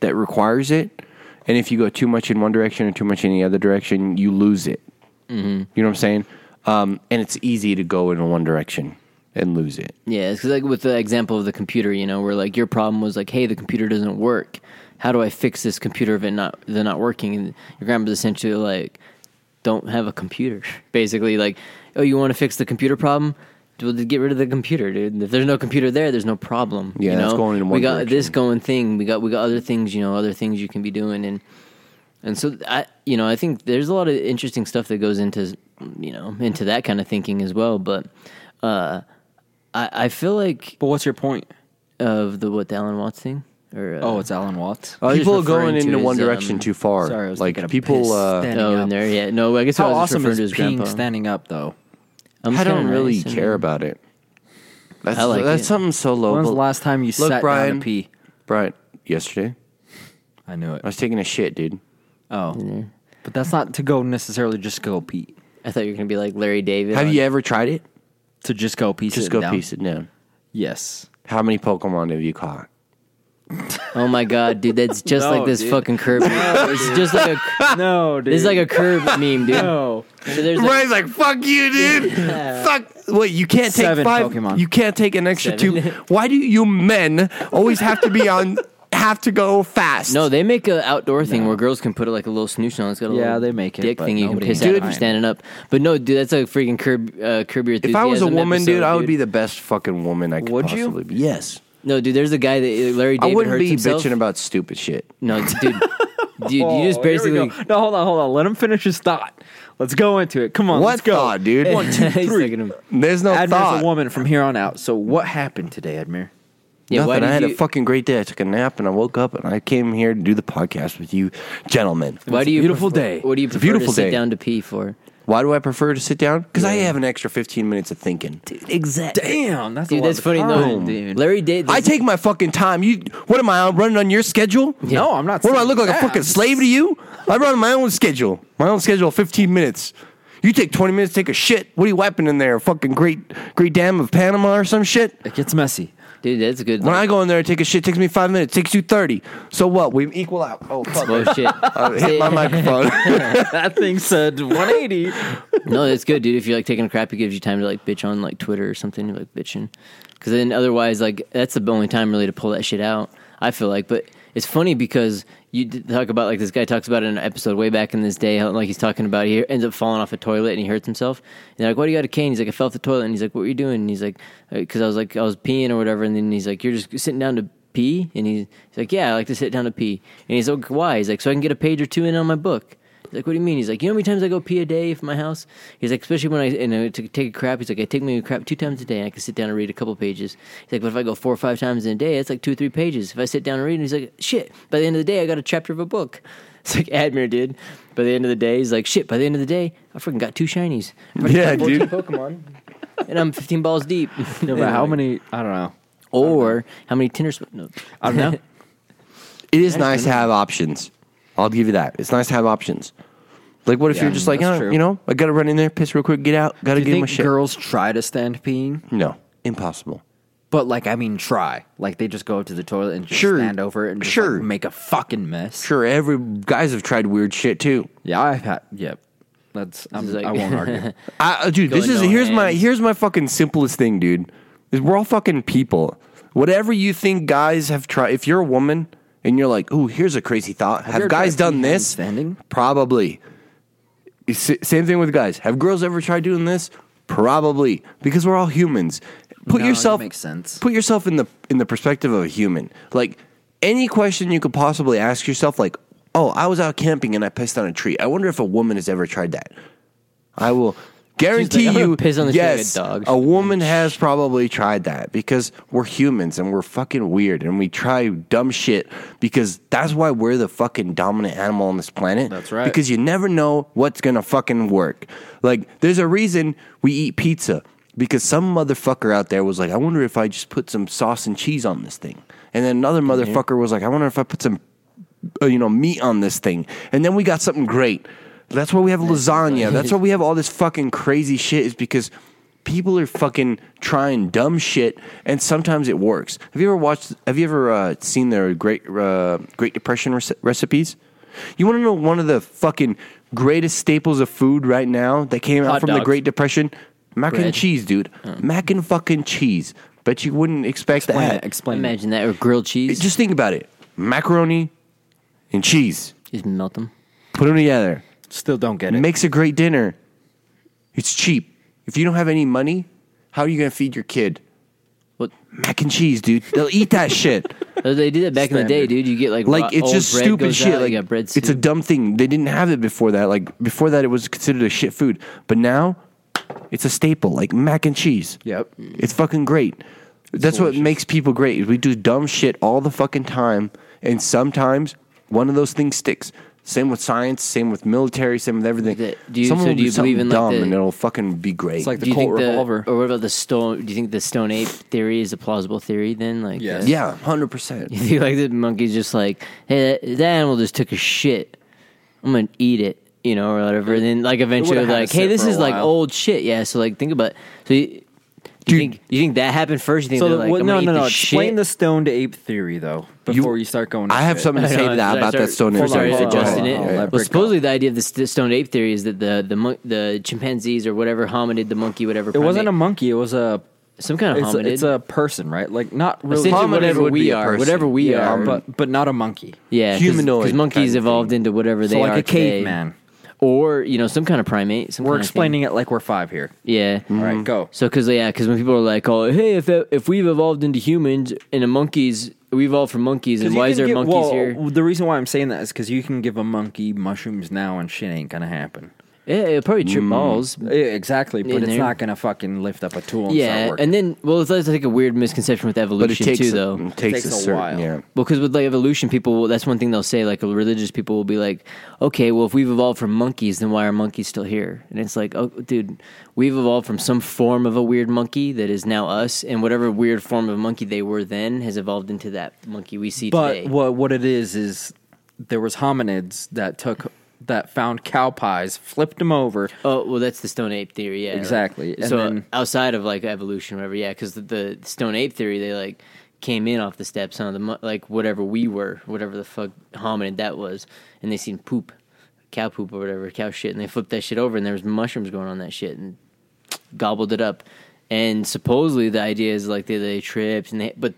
that requires it. And if you go too much in one direction or too much in the other direction, you lose it. Mm-hmm. You know what I'm saying? Um, and it's easy to go in one direction and lose it.
Yeah, it's 'cause, like with the example of the computer, you know, where like your problem was like, hey, the computer doesn't work. How do I fix this computer of it not they're not working? And your grandma's essentially like, don't have a computer. <laughs> Basically, like, oh, you want to fix the computer problem? Well, then get rid of the computer, dude. If there's no computer there, there's no problem.
Yeah,
you know?
that's going in
We
one
got
direction.
this going thing. We got we got other things, you know, other things you can be doing, and and so I, you know, I think there's a lot of interesting stuff that goes into, you know, into that kind of thinking as well. But uh, I, I feel like
But what's your point?
of the what the Alan Watts thing or uh,
Oh, it's Alan Watts.
I was just
people going
referring to
into one
his,
direction
um,
too far.
sorry, I was
like
thinking of piss.
people. Uh,
Then-
Oh,
Yeah.
in there, yeah. No, I guess I
How
was just
awesome
referring
is
to his
Ping
grandpa.
standing up though?
I'm
I
just
don't
kinda
really
nice, I
care
mean.
about it. That's
I like
that's
it.
something so low.
When's the last time you sat
Look,
down
Brian.
to pee?
Brian, yesterday
I knew it.
I was taking a shit, dude.
Oh, but that's not to go necessarily just go pee.
I thought you were gonna be like Larry David.
Have
on-
you ever tried it?
To just go pee.
Just
sitting
go
down.
piece it down.
Yes.
How many Pokemon have you caught?
Oh my god, dude, that's
<laughs>
just
No,
like this
dude.
fucking curb. meme. it's just like a
No, dude.
this is like a curb meme, dude.
no.
So there's like,
Brian's like, "Fuck you, dude! <laughs> Fuck! Wait, you can't take
Seven
five.
Pokemon.
You can't take an extra
Seven. <laughs>
two. Why do you men always have to be on? Have to go fast?
no, they make a outdoor thing where girls can put like a little snoosh on. It's got a
Yeah,
little
they make it,
dick
but
thing you can
nobody
piss
ain't
out if
buying
you're
it.
standing up. But no, dude, that's like freaking curb uh, curb your.
If I was a
Enthusiasm
woman, dude,
episode,
I would be the best fucking woman I could
Would you?
possibly be. Yes,
No, dude, there's a guy that uh, Larry David
I wouldn't
hurts
be
himself.
bitching about stupid shit. <laughs>
No, dude, dude, you just
Oh, here we
basically.
go. No, hold on, hold on. Let him finish his thought. Let's go into it. Come on.
What
let's go.
thought, dude?
One, two,
<laughs> He's
three.
taking him.
There's no
Admir's
thought.
a woman from here on out. So what happened today, Admir?
Yeah, why
Nothing. I
did
had
you-
a fucking great day. I took a nap and I woke up and I came here to do the podcast with you, gentlemen.
Why do you
beautiful
prefer-
day.
What do you
It's a
prefer
beautiful
to sit
day.
down to pee for?
Why do I prefer to sit down? Because I have an extra 15 minutes of thinking.
Exactly.
Damn, that's a
Dude,
lot
that's
of
funny though.
time, dude.
Larry David.
I take my fucking time. You, what am I I'm running on your schedule?
No, I'm not.
What do I
saying
look like
that.
a fucking slave to you? I run my own schedule. My own schedule, 15 minutes. You take 20 minutes, to take a shit. What are you wiping in there? A fucking great, great dam of Panama or some shit?
It gets messy.
Dude, that's a good.
When I go in there and take a shit, it takes me five minutes. It takes you 30. So what? We equal out. Oh, fuck.
oh shit.
I
<laughs>
hit my microphone.
that thing said 180.
no, that's good, dude. If you're like taking a crap, it gives you time to like bitch on like Twitter or something. You're like bitching, because then otherwise, like that's the only time really to pull that shit out. I feel like, but it's funny because you did talk about like this guy talks about it in an episode way back in this day, how, like he's talking about he ends up falling off a toilet and he hurts himself. And they're like, "Why do you got a cane?" He's like, "I fell off the toilet." And he's like, "What were you doing?" And he's like, "Because I was like I was peeing or whatever." And then he's like, "You're just sitting down to." Pee and he's, he's like, yeah, I like to sit down to pee. And he's like, why? He's like, so I can get a page or two in on my book. He's like, what do you mean? He's like, you know how many times I go pee a day from my house? He's like, especially when I and I t- take a crap. He's like, I take me a crap two times a day. And I can sit down and read a couple pages. He's like, but if I go four or five times in a day, that's like two or three pages. If I sit down and read, he's like, shit. By the end of the day, I got a chapter of a book. <laughs> It's like Admir did. By the end of the day, he's like, shit. By the end of the day, I freaking got two shinies. I freaking
<laughs> Yeah,
got 14
dude.
Pokemon, and I'm 15 balls deep. <laughs> no,
But how many? I don't know.
Or how many Tinder? Sw- no.
I <laughs>
<laughs>
don't know.
It is nice to have options. I'll give you that. It's nice to have options. Like, what if
Yeah,
you're just like,
that's
oh,
true.
you know, I gotta run in there, piss real quick, get out, gotta
Do you
give him a
think
shit.
girls try to stand peeing?
no, impossible.
But like, I mean, try. Like, they just go up to the toilet and just
Sure.
stand over it and just,
Sure.
like, make a fucking mess.
Sure, every guys have tried weird shit too.
Yeah, I've had. Yep. That's. I'm,
is like-
I won't argue.
I, uh, dude, this
Going
is
no
here's my
hands.
here's my fucking simplest thing, dude. Is we're all fucking people. Whatever you think guys have tried, if you're a woman and you're like, "Ooh, here's a crazy thought," have,
you ever
guys
tried
done
peeing
this?
standing?
Probably. s- same thing with guys. Have girls ever tried doing this? Probably, because we're all humans.
No,
Put
that
yourself
makes sense.
Put yourself in the in the perspective of a human. Like any question you could possibly ask yourself, like, "Oh, I was out camping and I pissed on a tree. I wonder if a woman has ever tried that." I will guarantee
"I'm gonna
you.
piss on the tree like a
yes,
dog."
a woman has probably tried that because we're humans and we're fucking weird and we try dumb shit because that's why we're the fucking dominant animal on this planet.
That's right.
Because you never know what's gonna fucking work. Like, there's a reason we eat pizza because some motherfucker out there was like, I wonder if I just put some sauce and cheese on this thing. And then another motherfucker was like, I wonder if I put some uh, you know meat on this thing and then we got something great that's why we have lasagna that's why we have all this fucking crazy shit is because people are fucking trying dumb shit and sometimes it works have you ever watched have you ever uh, seen their great uh, great depression rec- recipes you want to know one of the fucking greatest staples of food right now that came out
Hot
from the
dogs.
great depression mac and
Bread.
cheese dude mac and fucking cheese bet you wouldn't expect
Explain
that
it, explain it.
Imagine that or grilled cheese. Just,
just think about it macaroni and cheese
melt them.
Put them together.
Still don't get
It
it.
makes a great dinner. It's cheap. If you don't have any money, how are you going to feed your kid?
What?
Mac and cheese, dude. They'll eat that <laughs> shit.
They did that back in the day,
Standard.
dude. You get like raw-
Like it's
old
just
bread
stupid
goes
shit.
out,
like
you got bread
it's a
soup.
dumb thing. They didn't have it before that. Like before that, it was considered a shit food. But now, it's a staple. Like mac and cheese.
Yep.
It's fucking great. That's what makes people great. Is we do dumb shit all the fucking time, and sometimes one of those things sticks. Same with science. Same with military. Same with everything.
That- do you-
Someone
so
will
do you
something
believe in, like,
dumb,
the-
and it'll fucking be great.
It's like the
Do you
Colt
think the-
revolver.
or what about the stone? Do you think the stone ape theory is a plausible theory? Then, like,
Yes.
uh, <laughs>
yeah, hundred percent.
You think like the monkey's just like, hey, that, that animal just took a shit. I'm gonna eat it, you know, or whatever. And then like eventually,
would've had
like,
to
hey,
sit
this
for a
is like
while.
old shit. Yeah. So like, think about. So you, do you think you think that happened first? You think
So
they're
the,
like,
what-
I'm
no,
gonna
no,
eat
no.
this
Explain
shit?
the stoned ape theory though before you, start going. to
I have
shit.
something to say to
Hold
that
on,
about
sorry,
that stone
sorry,
ape.
Sorry,
Hold
theory.
on,
adjusting
hold on, hold on,
it.
let
Well,
Brick
supposedly the idea of the st- stoned ape theory is that the the mon- the chimpanzees or whatever hominid, the monkey, whatever.
It wasn't a
primate-
monkey. It was a.
some kind of
It's a,
hominid.
it's a person, right? Like not really.
Essentially,
Hominid
whatever
would
we
be a
are,
person.
whatever we
yeah,
are,
but but not a monkey.
Yeah,
Humanoid
Because
kind of
monkeys
thing.
evolved into whatever they
So like
are
a
today.
caveman.
or you know some kind of primate. Some
We're
kind of
explaining it like we're five here.
thing. yeah. Mm.
All right, go.
So because yeah, because when people are like, oh, hey, if if we've evolved into humans and a monkeys, we evolved from monkeys, and
you
why is
can
there
get-
monkeys
well,
here?
The reason why I'm saying that is because you can give a monkey mushrooms now and shit ain't gonna happen.
Yeah, it'll probably
Mm.
trip balls.
Yeah, exactly, but
In
it's
there.
not gonna fucking lift up a tool. And start
Yeah,
working.
and then well, it's like- it's like a weird misconception with
But it
evolution
takes
too,
a-
though.
it takes, a, certain,
while.
Yeah.
Well, because with like evolution, people will- that's one thing they'll say. Like religious people will be like, "Okay, well, if we've evolved from monkeys, then why are monkeys still here?" And it's like, "Oh, dude, we've evolved from some form of a weird monkey that is now us, and whatever weird form of monkey they were then has evolved into that monkey we see
but
today."
what what it is is there was hominids that took that found cow pies, flipped them over.
Oh well, that's the stone ape theory, yeah.
Exactly, and
So
then-
outside of like evolution, whatever, yeah, because the, the stone ape theory, they like came in off the steps on the mo- like whatever we were, whatever the fuck hominid that was, and they seen poop, cow poop or whatever, cow shit, and they flipped that shit over, and there was mushrooms going on that shit, and gobbled it up. And supposedly the idea is like they they tripped and they but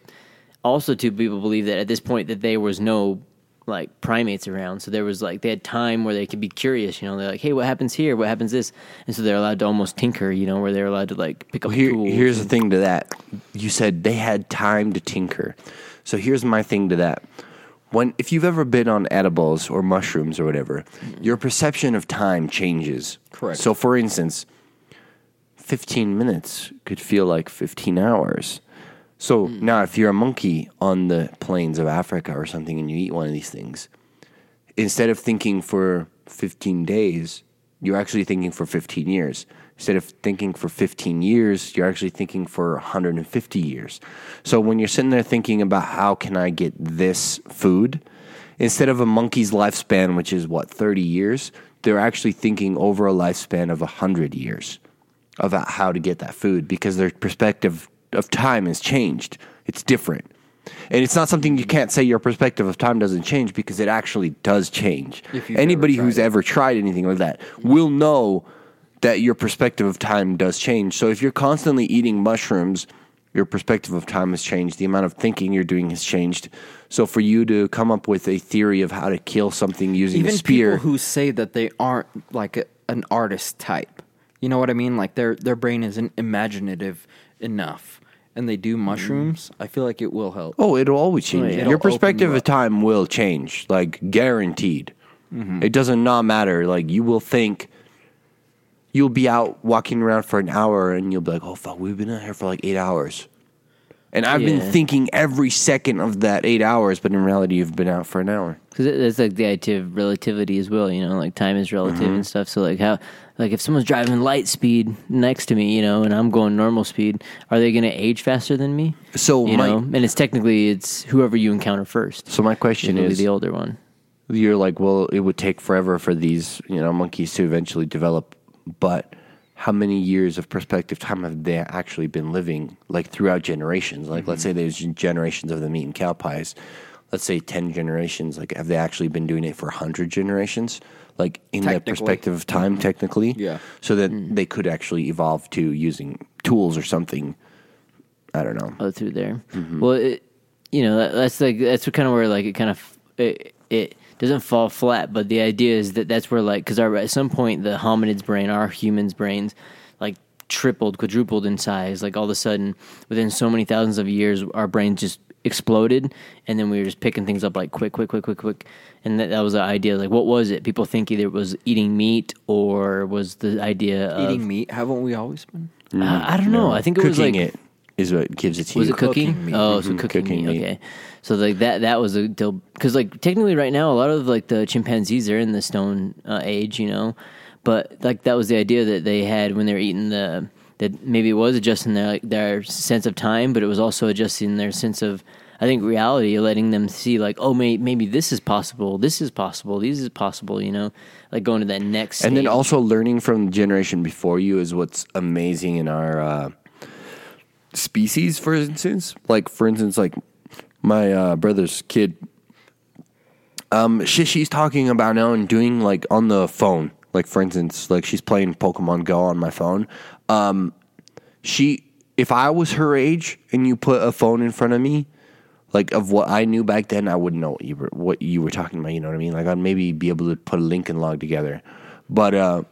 also two people believe that at this point that there was no like primates around. So there was like they had time where they could be curious, you know, they're like, Hey, what happens here? What happens this? And so they're allowed to almost tinker, you know, where they're allowed to like pick up
Well, here,
tools.
here's the thing to that. You said they had time to tinker. So here's my thing to that. When if you've ever been on edibles or mushrooms or whatever, your perception of time changes.
Correct.
So for instance, 15 minutes could feel like 15 hours. So now if you're a monkey on the plains of Africa or something and you eat one of these things, instead of thinking for 15 days, you're actually thinking for 15 years. Instead of thinking for 15 years, you're actually thinking for 150 years. So when you're sitting there thinking about how can I get this food, instead of a monkey's lifespan, which is what, 30 years, they're actually thinking over a lifespan of 100 years about how to get that food because their perspective of time has changed. It's different. And it's not something you can't say your perspective of time doesn't change because it actually does change.
you've
Anybody
ever
who's
tried it.
ever tried anything like that will know that your perspective of time does change. So if you're constantly eating mushrooms, your perspective of time has changed. The amount of thinking you're doing has changed. So for you to come up with a theory of how to kill something using
Even
a spear,
people who say that they aren't like a, a an artist type. You know what I mean? Like their their brain isn't imaginative enough, and they
Mm-hmm.
do mushrooms. I feel like it will help.
Oh, it'll always change.
yeah. It'll
Your
open
perspective
you
of
up.
time will change, like guaranteed.
Mm-hmm.
It doesn't not matter. Like you will think you'll be out walking around for an hour, and you'll be like, "Oh fuck, we've been out here for like eight hours," and I've
Yeah.
been thinking every second of that eight hours, but in reality, you've been out for an hour.
because that's like the idea of relativity as well. You know, like time is relative
Mm-hmm.
and stuff. So like how, like if someone's driving light speed next to me, you know, and I'm going normal speed, are they going to age faster than me?
So
you
my-
know, and it's technically it's whoever you encounter first.
So my question
Usually
is,
the older one.
you're like, well, it would take forever for these, you know, monkeys to eventually develop, but how many years of perspective time have they actually been living, like throughout generations? Like, let's say
Mm-hmm.
there's generations of the meat and cow pies. Let's say ten generations. Like, have they actually been doing it for hundred generations? Like in that
Technically.
perspective of
Mm-hmm.
time, technically,
Yeah.
So that they could actually evolve to using tools or something. I don't know.
Oh, through there.
Mm-hmm.
Well, it, you know, that, that's like that's kind of where like it kind of it, it doesn't fall flat, but the idea is that that's where like because at some point the hominid's brain, our humans' brains, like tripled, quadrupled in size. Like all of a sudden, within so many thousands of years, our brains just exploded, and then we were just picking things up like quick, quick, quick, quick, quick. And that, that was the idea. Like, what was it? People think either it was eating meat or was the idea of
Eating meat, haven't we always been?
Uh, I don't know. I think it
Cooking
was like
it is what gives it to
was
you.
it cooking? Oh, so
Mhm,
cooking,
cooking
meat.
meat.
Okay, so like that that was a deal because like technically right now a lot of like the chimpanzees are in the stone uh, age, you know, but like that was the idea that they had when they were eating the that maybe it was adjusting their like, their sense of time, but it was also adjusting their sense of I think reality, letting them see like oh may, maybe this is possible, this is possible, this is possible, you know, like going to that next
and then
stage.
also learning from the generation before you is what's amazing in our uh, species for instance like for instance like my uh, brother's kid um shit she's talking about now and doing like on the phone like for instance like she's playing pokemon go on my phone um she if i was her age and you put a phone in front of me like of what I knew back then, I wouldn't know what you were what you were talking about. You know what I mean? Like I'd maybe be able to put a link and log together, but uh,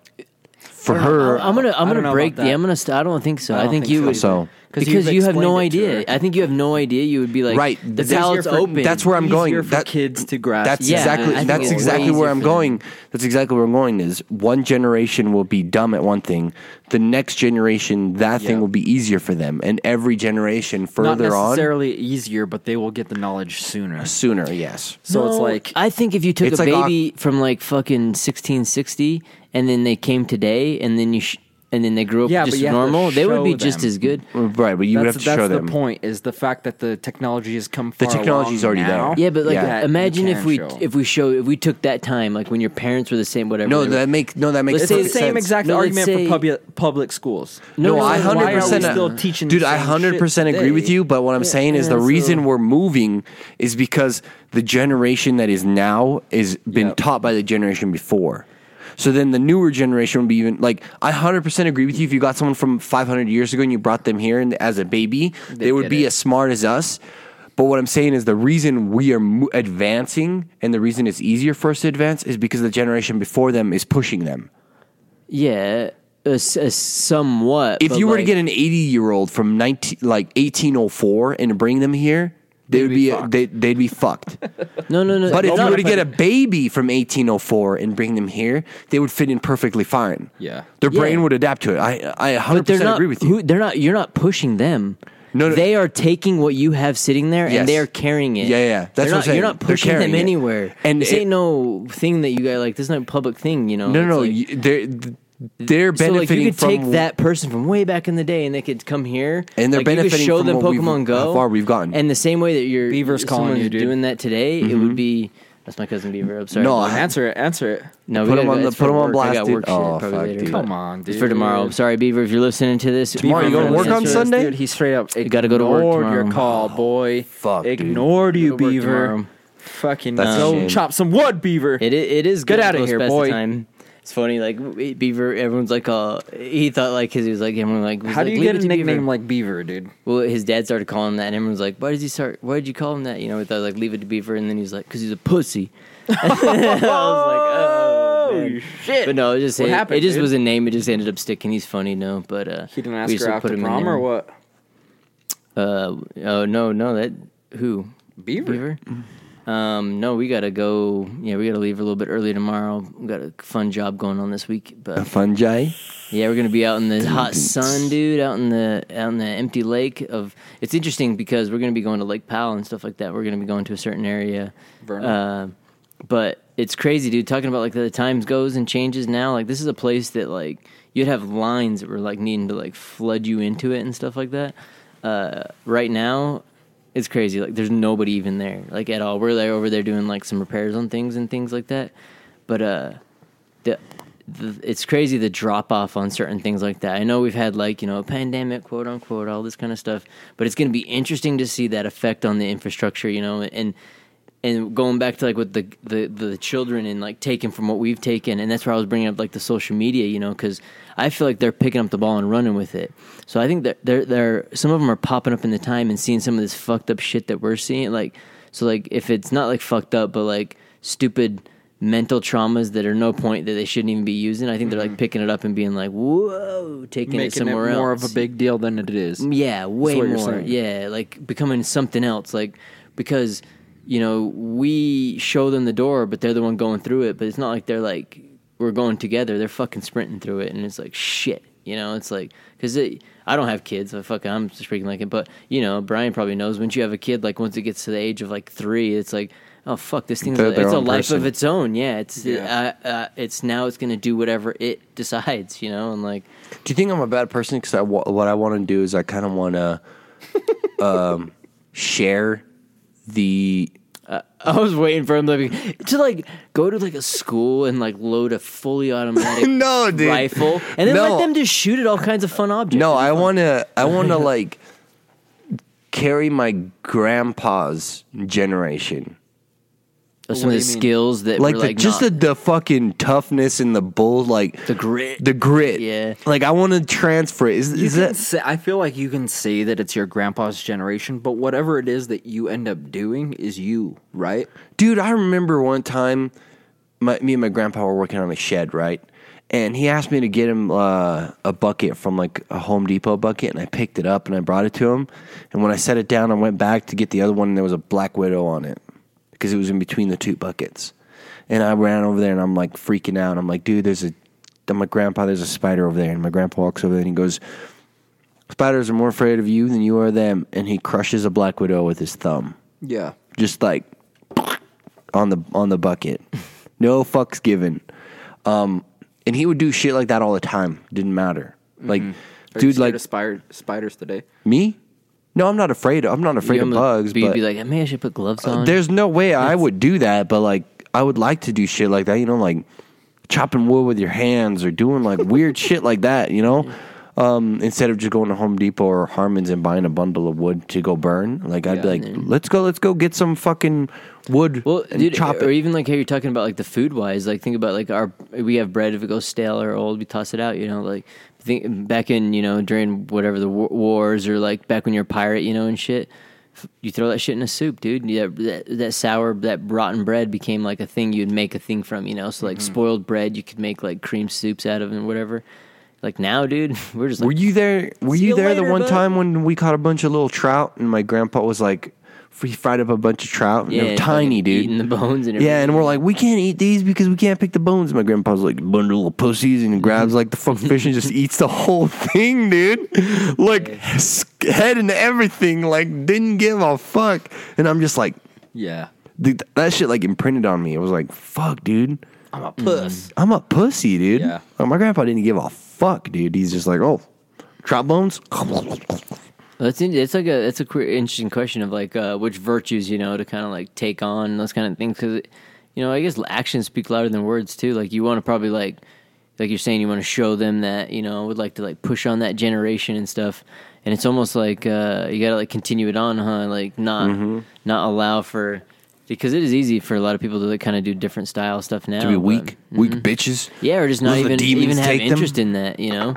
for her,
I'm gonna I'm
I don't
gonna
know
break
about
the
that.
I'm gonna st- I don't think so. I,
I don't
think,
think
you
so
would
So-
Because
because
you've
you have no
explained it to
idea.
her.
I think you have no idea. You would be like
right?
That's how it's
easier for-
open.
That's where I'm
Easier
going.
for
That-
kids to grasp.
That's
Yeah, I
exactly
think
that's
it's way
exactly
easier
where I'm
for them.
going. That's exactly where I'm going. Is one generation will be dumb at one thing, the next generation that
Yeah.
thing will be easier for them, and every generation further
Not
on
necessarily easier, but they will get the knowledge sooner.
sooner. Yes.
So it's
No,
like
I think if you took a
It's like oc-
baby from like fucking 1660 and then they came today and then you sh- and then they grew up
Yeah, but
just
you have to
normal, they would
show
be just
them.
as good.
Right, but you would have
that's,
to
that's
show
the
them.
point is the fact that the technology has come.
The
far
technology's
along
already there.
now
Yeah, but like uh,
Yeah.
that you
imagine if
can
we
show.
if we show if we took that time like when your parents were the same whatever.
No,
they were-
that make no that makes
Let's
It's the
perfect
say-
same
sense.
exact
No, let's
argument
say-
for public public schools.
No,
No,
no,
I
no,
hundred
why are we <laughs>
percent
still teaching
Dude,
the
I
same
hundred percent
shit
agree with
today?
you. But what I'm saying is the
yeah,
reason
so-
we're moving is because the generation that is now is been
Yep.
taught by the generation before. So then the newer generation would be even like I hundred percent agree with you. If you got someone from 500 years ago and you brought them here and as a baby, they,
get
would be
it.
as smart as us. But what I'm saying is the reason we are mo- advancing and the reason it's easier for us to advance is because the generation before them is pushing them.
yeah, uh, s- uh, somewhat.
if
but,
you were to
like-
get an 80 year old from 19 like 1804 and bring them here they would
be
be, uh,
fucked.
they, they'd
<laughs>
be fucked
no no no,
but if
no,
you were to
but-
get a baby from 1804 and bring them here they would fit in perfectly fine
Yeah.
their brain
Yeah.
would adapt to it i, I 100%
but they're not
agree with you
Who, they're not. You're not pushing them.
No, no.
they are taking what you have sitting there
Yes.
and they are carrying it.
Yeah, yeah, yeah. That's
They're
what
not,
I'm saying.
You're not
They're
pushing them
carrying it.
anywhere. And
And
this
it-
ain't no thing that you got like. This is not a public thing. You know.
no no
It's like-
you- they're they're
so like you
benefiting
could take
from
that person from way back in the day, and they could come here,
And they're
like, you could
benefiting
show
from
them
what we've-
Pokemon Go,
how far we've gotten. Mm-hmm.
and the same way that you're
Beaver's calling
someone's
you, dude.
doing that today, it would be that's my cousin Beaver. I'm sorry,
No,
But-
I-
answer it. Answer it.
no, we
Put
gotta
him
go-
on the-
it's for
put him on
work. I got
blast, dude.
work shit
Oh,
probably
fuck,
later,
dude.
but
Come on,
It's for tomorrow.
dude.
Sorry, Beaver, if you're listening to this.
Tomorrow, you
Beaver,
gonna
I'm
work
gonna
on
answer this.
Sunday? Oh,
Dude, he straight up ignored
gotta go to work tomorrow.
your call, boy.
Fuck, dude.
ignored
Go
you,
to work
Beaver.
tomorrow.
Fucking
That's a
go
shame.
chop some wood, Beaver.
It i- it is
Get
getting
outta
close
here,
past the
boy.
Time. It's funny, like we- Beaver. Everyone's like, uh, he thought like his. He was like, everyone like, was
How
like,
do you
"Leave
get
it
a
to Beaver."
nickname like Beaver, dude?
Well, his dad started calling him that, and everyone's like, "Why did he start? Why did you call him that?" <laughs> You know, we thought like, "Leave it to Beaver," and then he's like, "Cause he's a pussy." I was like, "Oh
Oh shit!
But no, it just
What
it,
happened,
it just
dude?
was a name. It just ended up sticking. He's funny, no, but uh,
He didn't
we
ask
used
her
to
out to
him in
prom
there.
or what?
Uh, oh no, no, that who
Beaver.
Beaver. Um, no, we gotta go. Yeah, we gotta leave a little bit early tomorrow. We got a fun job going on this week, but
fungi.
yeah, we're gonna be out in the hot sun, dude. Out in the out in the empty lake of. It's interesting because we're gonna be going to Lake Powell and stuff like that. We're gonna be going to a certain area.
Vernon.
Uh, but it's crazy, dude. Talking about like the times goes and changes now. Like this is a place that like you'd have lines that were like needing to like flood you into it and stuff like that. Uh, right now, it's crazy. Like there's nobody even there, like at all. We're there over there doing like some repairs on things and things like that. But uh, the, the it's crazy the drop off on certain things like that. I know we've had like you know a pandemic, quote unquote, all this kind of stuff, but it's going to be interesting to see that effect on the infrastructure, you know, and and going back to like with the the the children and like taking from what we've taken, and that's where I was bringing up like the social media, you know, because I feel like they're picking up the ball and running with it. So I think that they're they're some of them are popping up in the time and seeing some of this fucked up shit that we're seeing, like. So like if it's not like fucked up, but like stupid mental traumas that are no point that they shouldn't even be using. I think they're like picking it up and being like, "Whoa," taking it
Mm-hmm. Making it
somewhere
more
else.
of a big deal than it is.
yeah, way more.
what you're saying.
Yeah, like becoming something else. Like because you know we show them the door, but they're the one going through it. But it's not like they're like we're going together. They're fucking sprinting through it, and it's like shit. You know, it's like because it. I don't have kids. So fuck, I'm just freaking like it. But you know, Brian probably knows. Once you have a kid, like once it gets to the age of like three, it's like, oh fuck, this thing's
They're
it's
their
a
own
life
person.
of its own. Yeah, it's
Yeah.
Uh, uh, it's now it's gonna do whatever it <laughs> decides. You know, and like
Do you think I'm a bad person? Because I wa- what I want to do is I kind of want <laughs> to um, share the
I was waiting for him to, be, to like go to like a school and like load a fully automatic
<laughs> No, dude.
rifle and then
No.
let them just shoot at all kinds of fun objects.
No, I want to. I
<laughs>
want to like carry my grandpa's generation,
some of
do
the
you mean?
skills that
like,
were,
the,
like
just
not-
the, the fucking toughness and the bull, like
The grit.
the grit.
Yeah.
like I want to transfer. it. Is,
You
is
can
that
say, I feel like you can say that it's your grandpa's generation, but whatever it is that you end up doing is you, right?
dude? I remember one time, my, me and my grandpa were working on a shed, right? And he asked me to get him uh, a bucket from like a Home Depot bucket, and I picked it up and I brought it to him. And when I set it down, I went back to get the other one, and there was a Black Widow on it because it was in between the two buckets. And I ran over there, and I'm like freaking out. I'm like, dude, there's a, I'm like, grandpa, there's a spider over there. And my grandpa walks over there and he goes, spiders are more afraid of you than you are them. And he crushes a Black Widow with his thumb
Yeah.
just like on the on
<laughs>
the bucket. No fucks given. Um, and he would do shit like that all the time. Didn't matter. Like,
Mm-hmm.
dude, like
spider, spiders today.
me? No, I'm not afraid. I'm not afraid
You
of
know,
bugs.
Be,
but Uh,
be like, "Hey, man, I should put gloves on.
there's no way I would do that. But like, I would like to do shit like that. You know, like chopping wood with your hands or doing
<laughs>
like weird shit like that. You know. Um, instead of just going to Home Depot or Harmon's and buying a bundle of wood to go burn, like I'd be like, let's go, let's go get some fucking wood
Well,
and
dude,
chop
or
it.
even like how you're talking about like the food wise, like think about like our we have bread if it goes stale or old, we toss it out. You know, like think back in you know during whatever the wa- wars or like back when you're a pirate, you know, and shit. f- You throw that shit in a soup, dude. Yeah, that that sour, that rotten bread became like a thing you'd make a thing from, you know. So
Mm-hmm.
like spoiled bread, you could make like cream soups out of and whatever. Like now, dude, <laughs> we're just like,
Were you there? Were
See
you
you
there the
later,
one
bud.
time when we caught a bunch of little trout and my grandpa was like, he fried up a bunch of trout. And
yeah,
they were tiny,
fucking
dude.
eating the bones and everything.
yeah, and we're like, we can't eat these because we can't pick the bones. My grandpa's like, bundle of pussies, and grabs like the fucking fish and just eats the whole thing, dude. Like head and everything. Like didn't give a fuck. And I'm just like,
Yeah.
dude, that shit like imprinted on me. It was like, fuck, dude.
I'm a puss.
I'm a pussy, dude.
Yeah.
Like, my grandpa didn't give a fuck, dude. He's just like, oh, trout bones. <laughs>
Well, that's in, it's like a it's a queer, interesting question of like uh, which virtues you know to kind of like take on and those kind of things because you know I guess actions speak louder than words too. Like you want to probably like like you're saying you want to show them that you know would like to like push on that generation and stuff. And it's almost like uh, you gotta like continue it on, huh? Like not
Mm-hmm.
not allow for because it is easy for a lot of people to like kind of do different style stuff now
to be
but-
weak, weak bitches.
Mm-hmm. yeah, or just not
Those are the
even
demons
even have
take them.
interest in that. You know,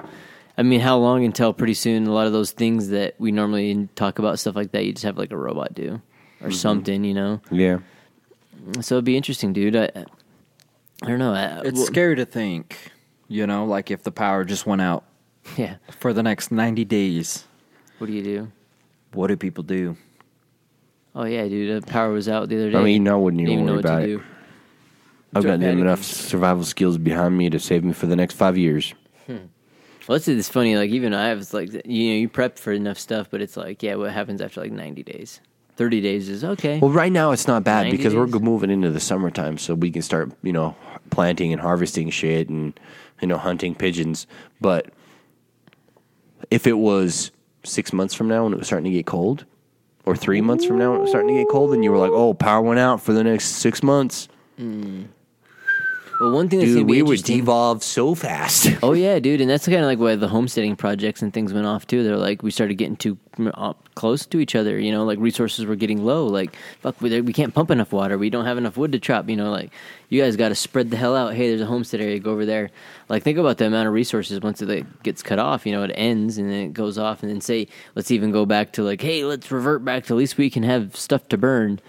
I mean, how long until pretty soon a lot of those things that we normally talk about stuff like that, you just have like a robot
Mm-hmm.
do or something. You know,
Yeah.
so it'd be interesting, dude. I, I don't know. I,
It's
well,
scary to think, you know, like if the power just went out
<laughs> Yeah.
for the next 90 days,
What do you do?
what do people do?
Oh yeah, dude. The power was out the other day.
I mean, now wouldn't
Didn't
you
even know
worry
what
about
to
it?
do.
I've got
Panicking.
enough survival skills behind me to save me for the next five years.
Well, let's say it's funny. Like even I was like, you know, you prep for enough stuff, but it's like, yeah, what happens after like ninety days? Thirty days is okay.
Well, right now it's not bad
90
because we're
days.
moving into the summertime, so we can start, you know, planting and harvesting shit and, you know, hunting pigeons. But if it was six months from now and it was starting to get cold, or three months from now and it was starting to get cold, and you were like, oh, power went out for the next six months,
Well, one thing that's
dude,
gonna be
we would
interesting-
devolve so <laughs> fast.
Oh yeah, dude, and that's kind of like why the homesteading projects and things went off too. They're like we started getting too mm, up close to each other. You know, like resources were getting low. Like fuck, we, we can't pump enough water. We don't have enough wood to chop. You know, like you guys got to spread the hell out. Hey, there's a homestead area. Go over there. Like think about the amount of resources once it like, gets cut off. You know, it ends and then it goes off. And then say let's even go back to like hey, let's revert back to at least we can have stuff to burn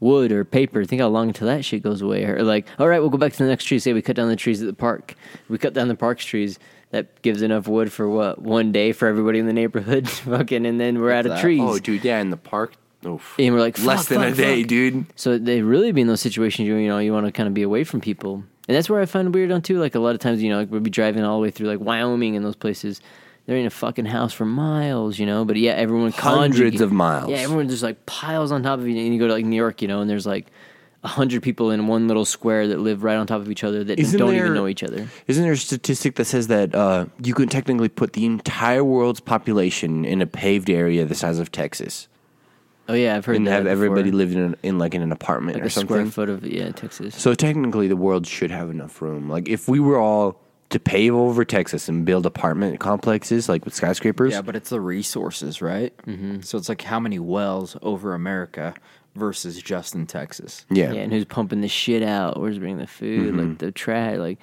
wood or paper. Think how long until that shit goes away. Or like, all right, we'll go back to the next tree. Say we cut down the trees at the park. We cut down the park's trees. That gives enough wood for what one day for everybody in the neighborhood. <laughs> Fucking, and then we're out of
that.
trees.
oh, dude, yeah, in the park. Oof.
And we're like, fuck,
less than a
fuck,
day,
fuck.
dude.
So they really be in those situations. You you know, you want to kind of be away from people, and that's where I find weird on too. Like a lot of times, you know, like we'll be driving all the way through like Wyoming and those places. They're in a fucking house for miles, you know. But yeah, everyone
Hundreds
conjugate-
of miles.
Yeah, everyone just like piles on top of you, and you go to like New York, you know, and there's like a hundred people in one little square that live right on top of each other that
Isn't
don't
there-
even know each other.
Isn't there a statistic that says that uh, you can technically put the entire world's population in a paved area the size of Texas
Oh yeah, I've heard
and
that
have everybody
before.
living in, in like in an apartment
like
or
a square
something?
foot of yeah Texas.
So technically, the world should have enough room. Like if we were all to pave over Texas and build apartment complexes like with skyscrapers,
Yeah, but it's the resources, right? Mm-hmm. So it's like how many wells over America versus just in Texas.
yeah.
Yeah, and who's pumping the shit out? Where's bringing the food?
Mm-hmm.
Like the trash? Like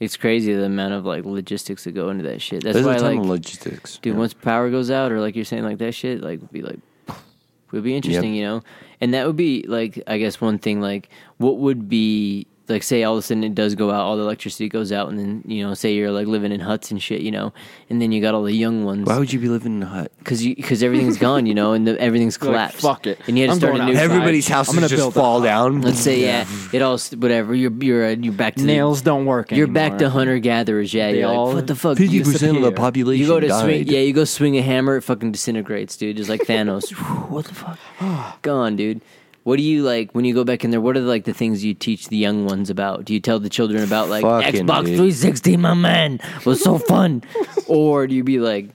it's crazy the amount of like logistics that go into that shit. That's
There's
why
a ton
like,
of logistics.
dude, once power goes out or like you're saying like that shit, like would be like would be interesting, you know. And that would be like I guess one thing like what would be like say all of a sudden it does go out, all the electricity goes out, and then you know say you're like living in huts and shit, you know, and then you got all the young ones
Why would you be living in a hut?
because because everything's gone, you know, and the, everything's
You're like,
collapsed.
"Fuck it.
and you had to
I'm
start a
going
new.
outside.
Everybody's
I'm
houses
gonna
just
build a
fall down.
Let's say yeah, it all s- whatever. You're you're uh, you're back to the-
Nails don't work
You're back to
anymore.
hunter gatherers. Yeah,
They
you're
all
like, what the fuck?
Fifty
You,
percent of the
disappear.
population.
you go to swing.
died.
Yeah, you go swing a hammer. It fucking disintegrates, dude.
<laughs>
Just like Thanos. what the <sighs> fuck? Gone, dude. What do you like when you go back in there? What are like the things you teach the young ones about? Do you tell the children about like
Fucking,
Xbox
dude.
360, my man, was so
<laughs>
fun, or do you be like?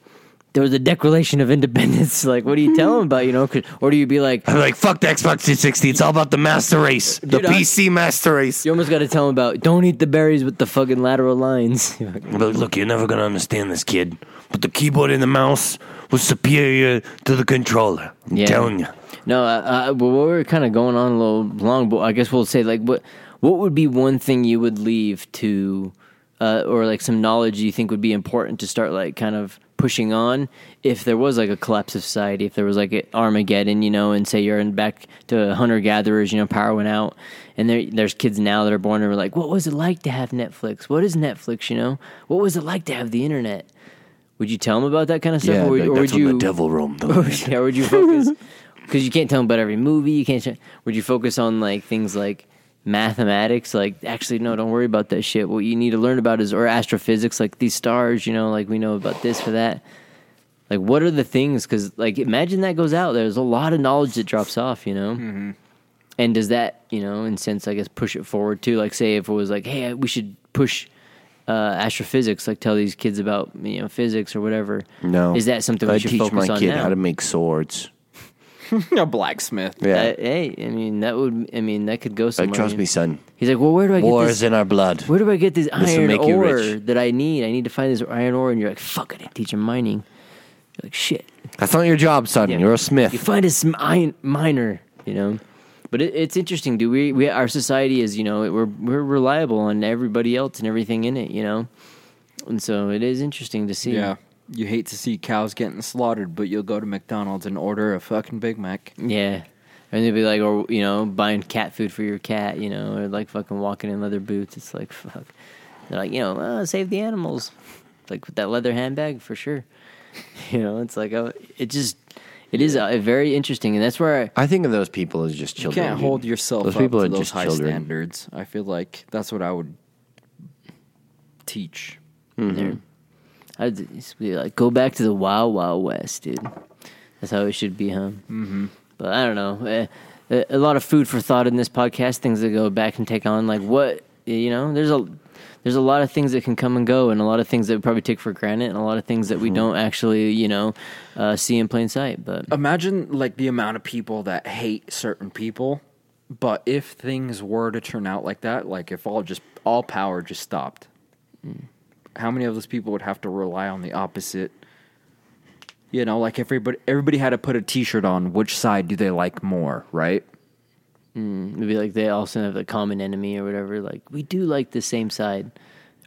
There was a Declaration of Independence. <laughs> Like, what do you tell them about? You know, 'Cause- or do you be like,
I'm like, fuck the Xbox 360. It's all about the master race, the
Dude, I-
PC master race.
You almost got to tell him about don't eat the berries with the fucking lateral lines. <laughs>
I'm like, look, you're never gonna understand this, kid. But the keyboard and the mouse was superior to the controller. I'm
Yeah.
telling you.
no, uh, uh, well, we're kind of going on a little long, but I guess we'll say like what what would be one thing you would leave to, uh, or like some knowledge you think would be important to start like kind of pushing on if there was like a collapse of society, if there was like a Armageddon, you know, and say you're in back to hunter gatherers, you know, power went out, and there there's kids now that are born and are like, what was it like to have Netflix? What is Netflix? You know, what was it like to have the internet? Would you tell them about that kind of stuff, or,
like,
or would
that's when
you?
the devil roamed.
<laughs> Or would- Oh, yeah, would you focus? Because you can't tell them about every movie. You can't. sh- Would you focus on like things like mathematics? Like, actually, no, don't worry about that shit. What you need to learn about is or astrophysics, like these stars. You know, like we know about this for that. Like, what are the things? Because like, imagine that goes out. There's a lot of knowledge that drops off. You know. And does that, you know, in sense, I guess, push it forward too? Like, say, if it was like, hey, we should push uh, astrophysics, like tell these kids about you know physics or whatever. is that something we
I
should
teach
focus
my
on
kid
now?
how to make swords.
<laughs> a blacksmith.
Yeah,
That- hey, I mean that would. I mean that could go somewhere.
like trust me, son.
He's like, well, where do I
War
get
is
this?
in our blood.
Where do I get this
will
iron
make you
ore
rich.
that I need? I need to find this iron ore, and you're like, fuck, I didn't teach him mining. You're like, shit,
That's not your job, son. You're a smith.
you find a sm- iron miner, you know. But it, it's interesting, dude. We we our society is, you know, we're we're reliable on everybody else and everything in it, you know. And so it is interesting to see.
Yeah. You hate to see cows getting slaughtered, but you'll go to McDonald's and order a fucking Big Mac.
Yeah. And they'd be like, or you know, buying cat food for your cat, you know, or like fucking walking in leather boots. It's like fuck. They're like, you know, oh, save the animals, like with that leather handbag for sure. <laughs> You know, it's like oh, it just it is uh, very interesting, and that's where I,
I think of those people as just
You
children.
can't
dude.
hold yourself
Those
up
people
to
are
those
just
high
children.
standards. I feel like that's what I would teach.
I used to be like, go back to the Wild Wild West, dude. That's how it should be, huh? Mm-hmm. But I don't know. Eh, eh, A lot of food for thought in this podcast. Things that go back and take on, like what you know. There's a there's a lot of things that can come and go, and a lot of things that we probably take for granted, and a lot of things
Mm-hmm.
that we don't actually, you know, uh, see in plain sight. But
Imagine like the amount of people that hate certain people, but if things were to turn out like that, like if all just all power just stopped, Mm. how many of those people would have to rely on the opposite? You know, like everybody everybody had to put a T-shirt on. Which side do they like more? Right?
it'd be like they also have a common enemy or whatever. Like we do like the same side,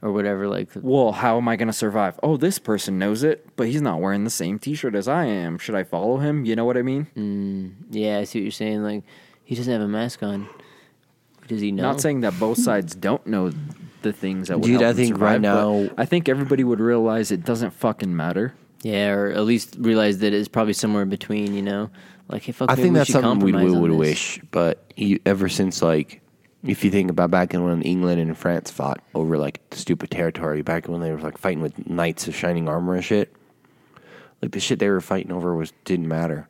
or whatever. Like
Well, how am I going to survive? Oh, this person knows it, but he's not wearing the same T-shirt as I am. Should I follow him? You know what I mean?
yeah, I see what you're saying. Like he doesn't have a mask on. Does he know?
Not saying that both sides don't know the things that would
Dude,
help
I
them
think right
survive, but
now-
I think everybody would realize it doesn't fucking matter.
Yeah, or at least realize that it's probably somewhere in between, you know? Like, hey, fuck,
I
maybe
think
we
that's
should
something we, we
compromise on
would
this.
wish, but you, ever since like, if you think about back in when England and France fought over like stupid territory, back when they were like fighting with knights of shining armor and shit, like the shit they were fighting over was didn't matter,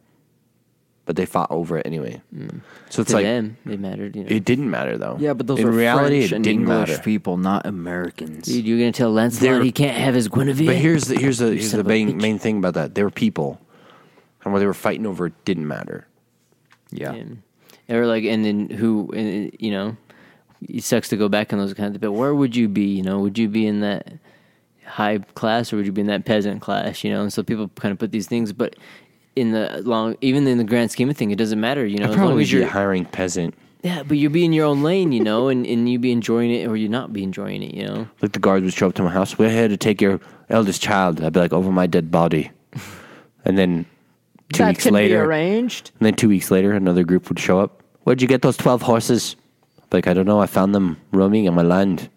but they fought over it anyway. So it's
Mm. to
like
them. It mattered, you know?
it didn't matter though.
Yeah, but those
in
are
reality
French
it
and
didn't
English
matter.
people, not Americans.
Dude, you're going to tell Lancelot
They're-
he can't have his Guinevere?
But here's the here's the here's
son
the
of a
main,
bitch.
main thing about that. They were people, and what they were fighting over didn't matter.
yeah.
<laughs> And, or, like, and then who, and, you know, it sucks to go back on those kinds of But where would you be, you know? Would you be in that high class or would you be in that peasant class, you know? And so people kind of put these things, but in the long, even in the grand scheme of thing, it doesn't matter, you know? As long
Probably
as
be a
you're
hiring peasant.
Yeah, but you're being your own lane, you know, and, and you be enjoying it or you not be enjoying it, you know.
Like the guards would show up to my house. We're here to take your eldest child. I'd be like, over my dead body.
<laughs>
And then two weeks later,
arranged.
and then two weeks later, another group would show up. Where'd you get those twelve horses? Like I don't know. I found them roaming on
<laughs>
my land.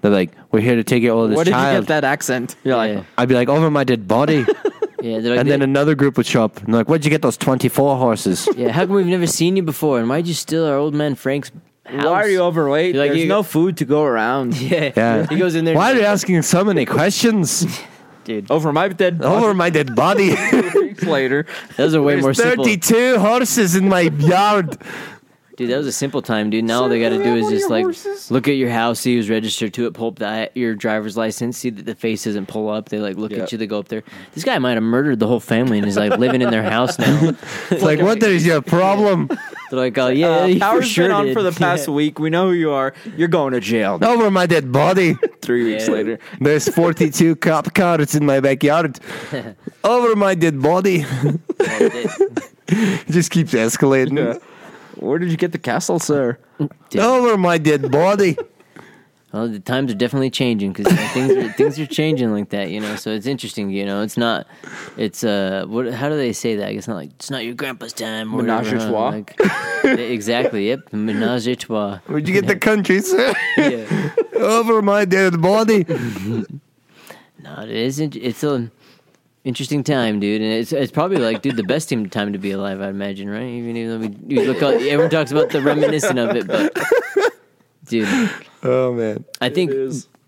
They're like, we're here to take your oldest
Where did you
child.
get that accent? You're like,
Yeah.
I'd be like, over my
<laughs>
dead body.
Yeah, they're like,
and then another group would show up. And they're like, where'd you get those twenty-four horses?
<laughs> yeah, how come we've never seen you before? And why'd you steal our old man Frank's house?
why are you overweight?
You're like,
There's
you-
no food to go
<laughs>
around.
Yeah,
Yeah.
he goes in there.
Why are you asking so
<laughs>
many questions?
dude?
Over my dead
Over my
<laughs>
dead body.
weeks later.
Those are way more
There's
simple,
32 horses in my yard.
dude. That was a simple time, dude. Now all they got to do is just like look at your house, see who's registered to it, pull up the, your driver's license, see that the face doesn't pull up. They like look
Yeah.
at you, they go up there. This guy might have murdered the whole family and is like living in their house
<laughs>
now.
It's like, what is your
<laughs>
problem?
They're like, oh yeah,
Uh,
<laughs> you for
power's
sure
been on
did.
for
<laughs>
the past
Yeah.
week. We know who you are. You're going to jail.
Over my dead body.
Three weeks
Yeah.
later.
There's 42 cop cars in my backyard. Over my dead body. <laughs>
<laughs>
It just keeps escalating.
Where did you get the castle, sir?
Over my dead body.
Well, the times are definitely changing because things are, things are changing like that, you know. So it's interesting, you know. It's not, it's uh, what? How do they say that? It's not like it's not your grandpa's time. Or
Menage a
whatever, huh?
trois.
Like, e-, exactly. Yep. Menage a trois.
Where'd you get the country, sir?
Yeah.
<laughs> Over my dead body.
No, it isn't. It's an interesting time, dude, and it's it's probably like, dude, the best team time to be alive, I'd imagine, right? Even though we you look, up- everyone talks about the reminiscent of it, but dude,
Oh, man.
I think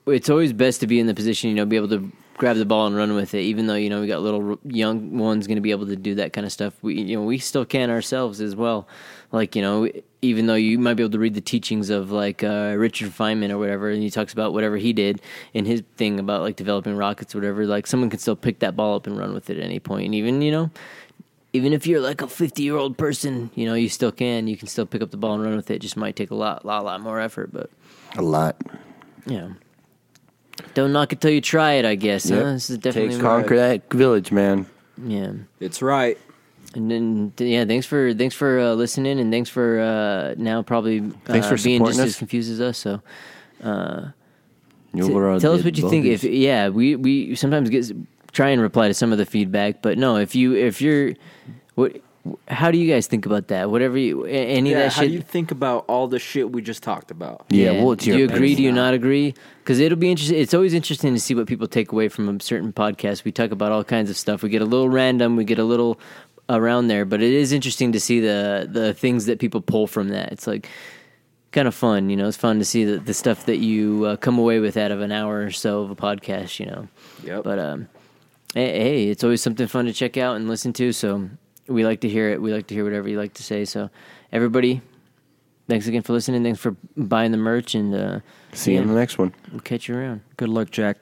it's always best to be in the position, you know, be able to grab the ball and run with it. Even though you know we got little r- young ones going to be able to do that kind of stuff. We you know we still can ourselves as well. Like you know, even though you might be able to read the teachings of like uh, Richard Feynman or whatever, and he talks about whatever he did and his thing about like developing rockets, or whatever. Like someone can still pick that ball up and run with it at any point, and even you know even if you're like a 50 year old person, you know, you still can. You can still pick up the ball and run with it. Just might take a lot, lot, lot more effort, but
A lot.
you know, don't knock it till you try it. I guess.
Yep.
Huh? This is definitely
Takes conquer that village, man.
yeah.
It's right.
And then th- yeah, thanks for thanks for uh, listening, and thanks for uh, now probably uh,
Thanks for
being just
supporting us.
as confused as us. So
T-
T- tell us what you think. If yeah, we we sometimes get try and reply to some of the feedback, but no, if you if you're what how do you guys think about that? Whatever you, a- any
Yeah,
of that
how
shit.
do you think about all the shit we just talked about?
Yeah, well, it's
do
your
you agree? Do you
opinion.
not agree? Because it'll be interesting. It's always interesting to see what people take away from a certain podcast. We talk about all kinds of stuff. We get a little random. We get a little around there, but it is interesting to see the the things that people pull from that. It's like kind of fun, you know. It's fun to see the, the stuff that you uh, come away with out of an hour or so of a podcast, you know.
Yep.
But um, hey, hey, it's always something fun to check out and listen to. So we like to hear it. We like to hear whatever you like to say. So everybody, thanks again for listening. Thanks for buying the merch, and uh,
See you in the next one.
We'll catch you around.
Good luck, Jack.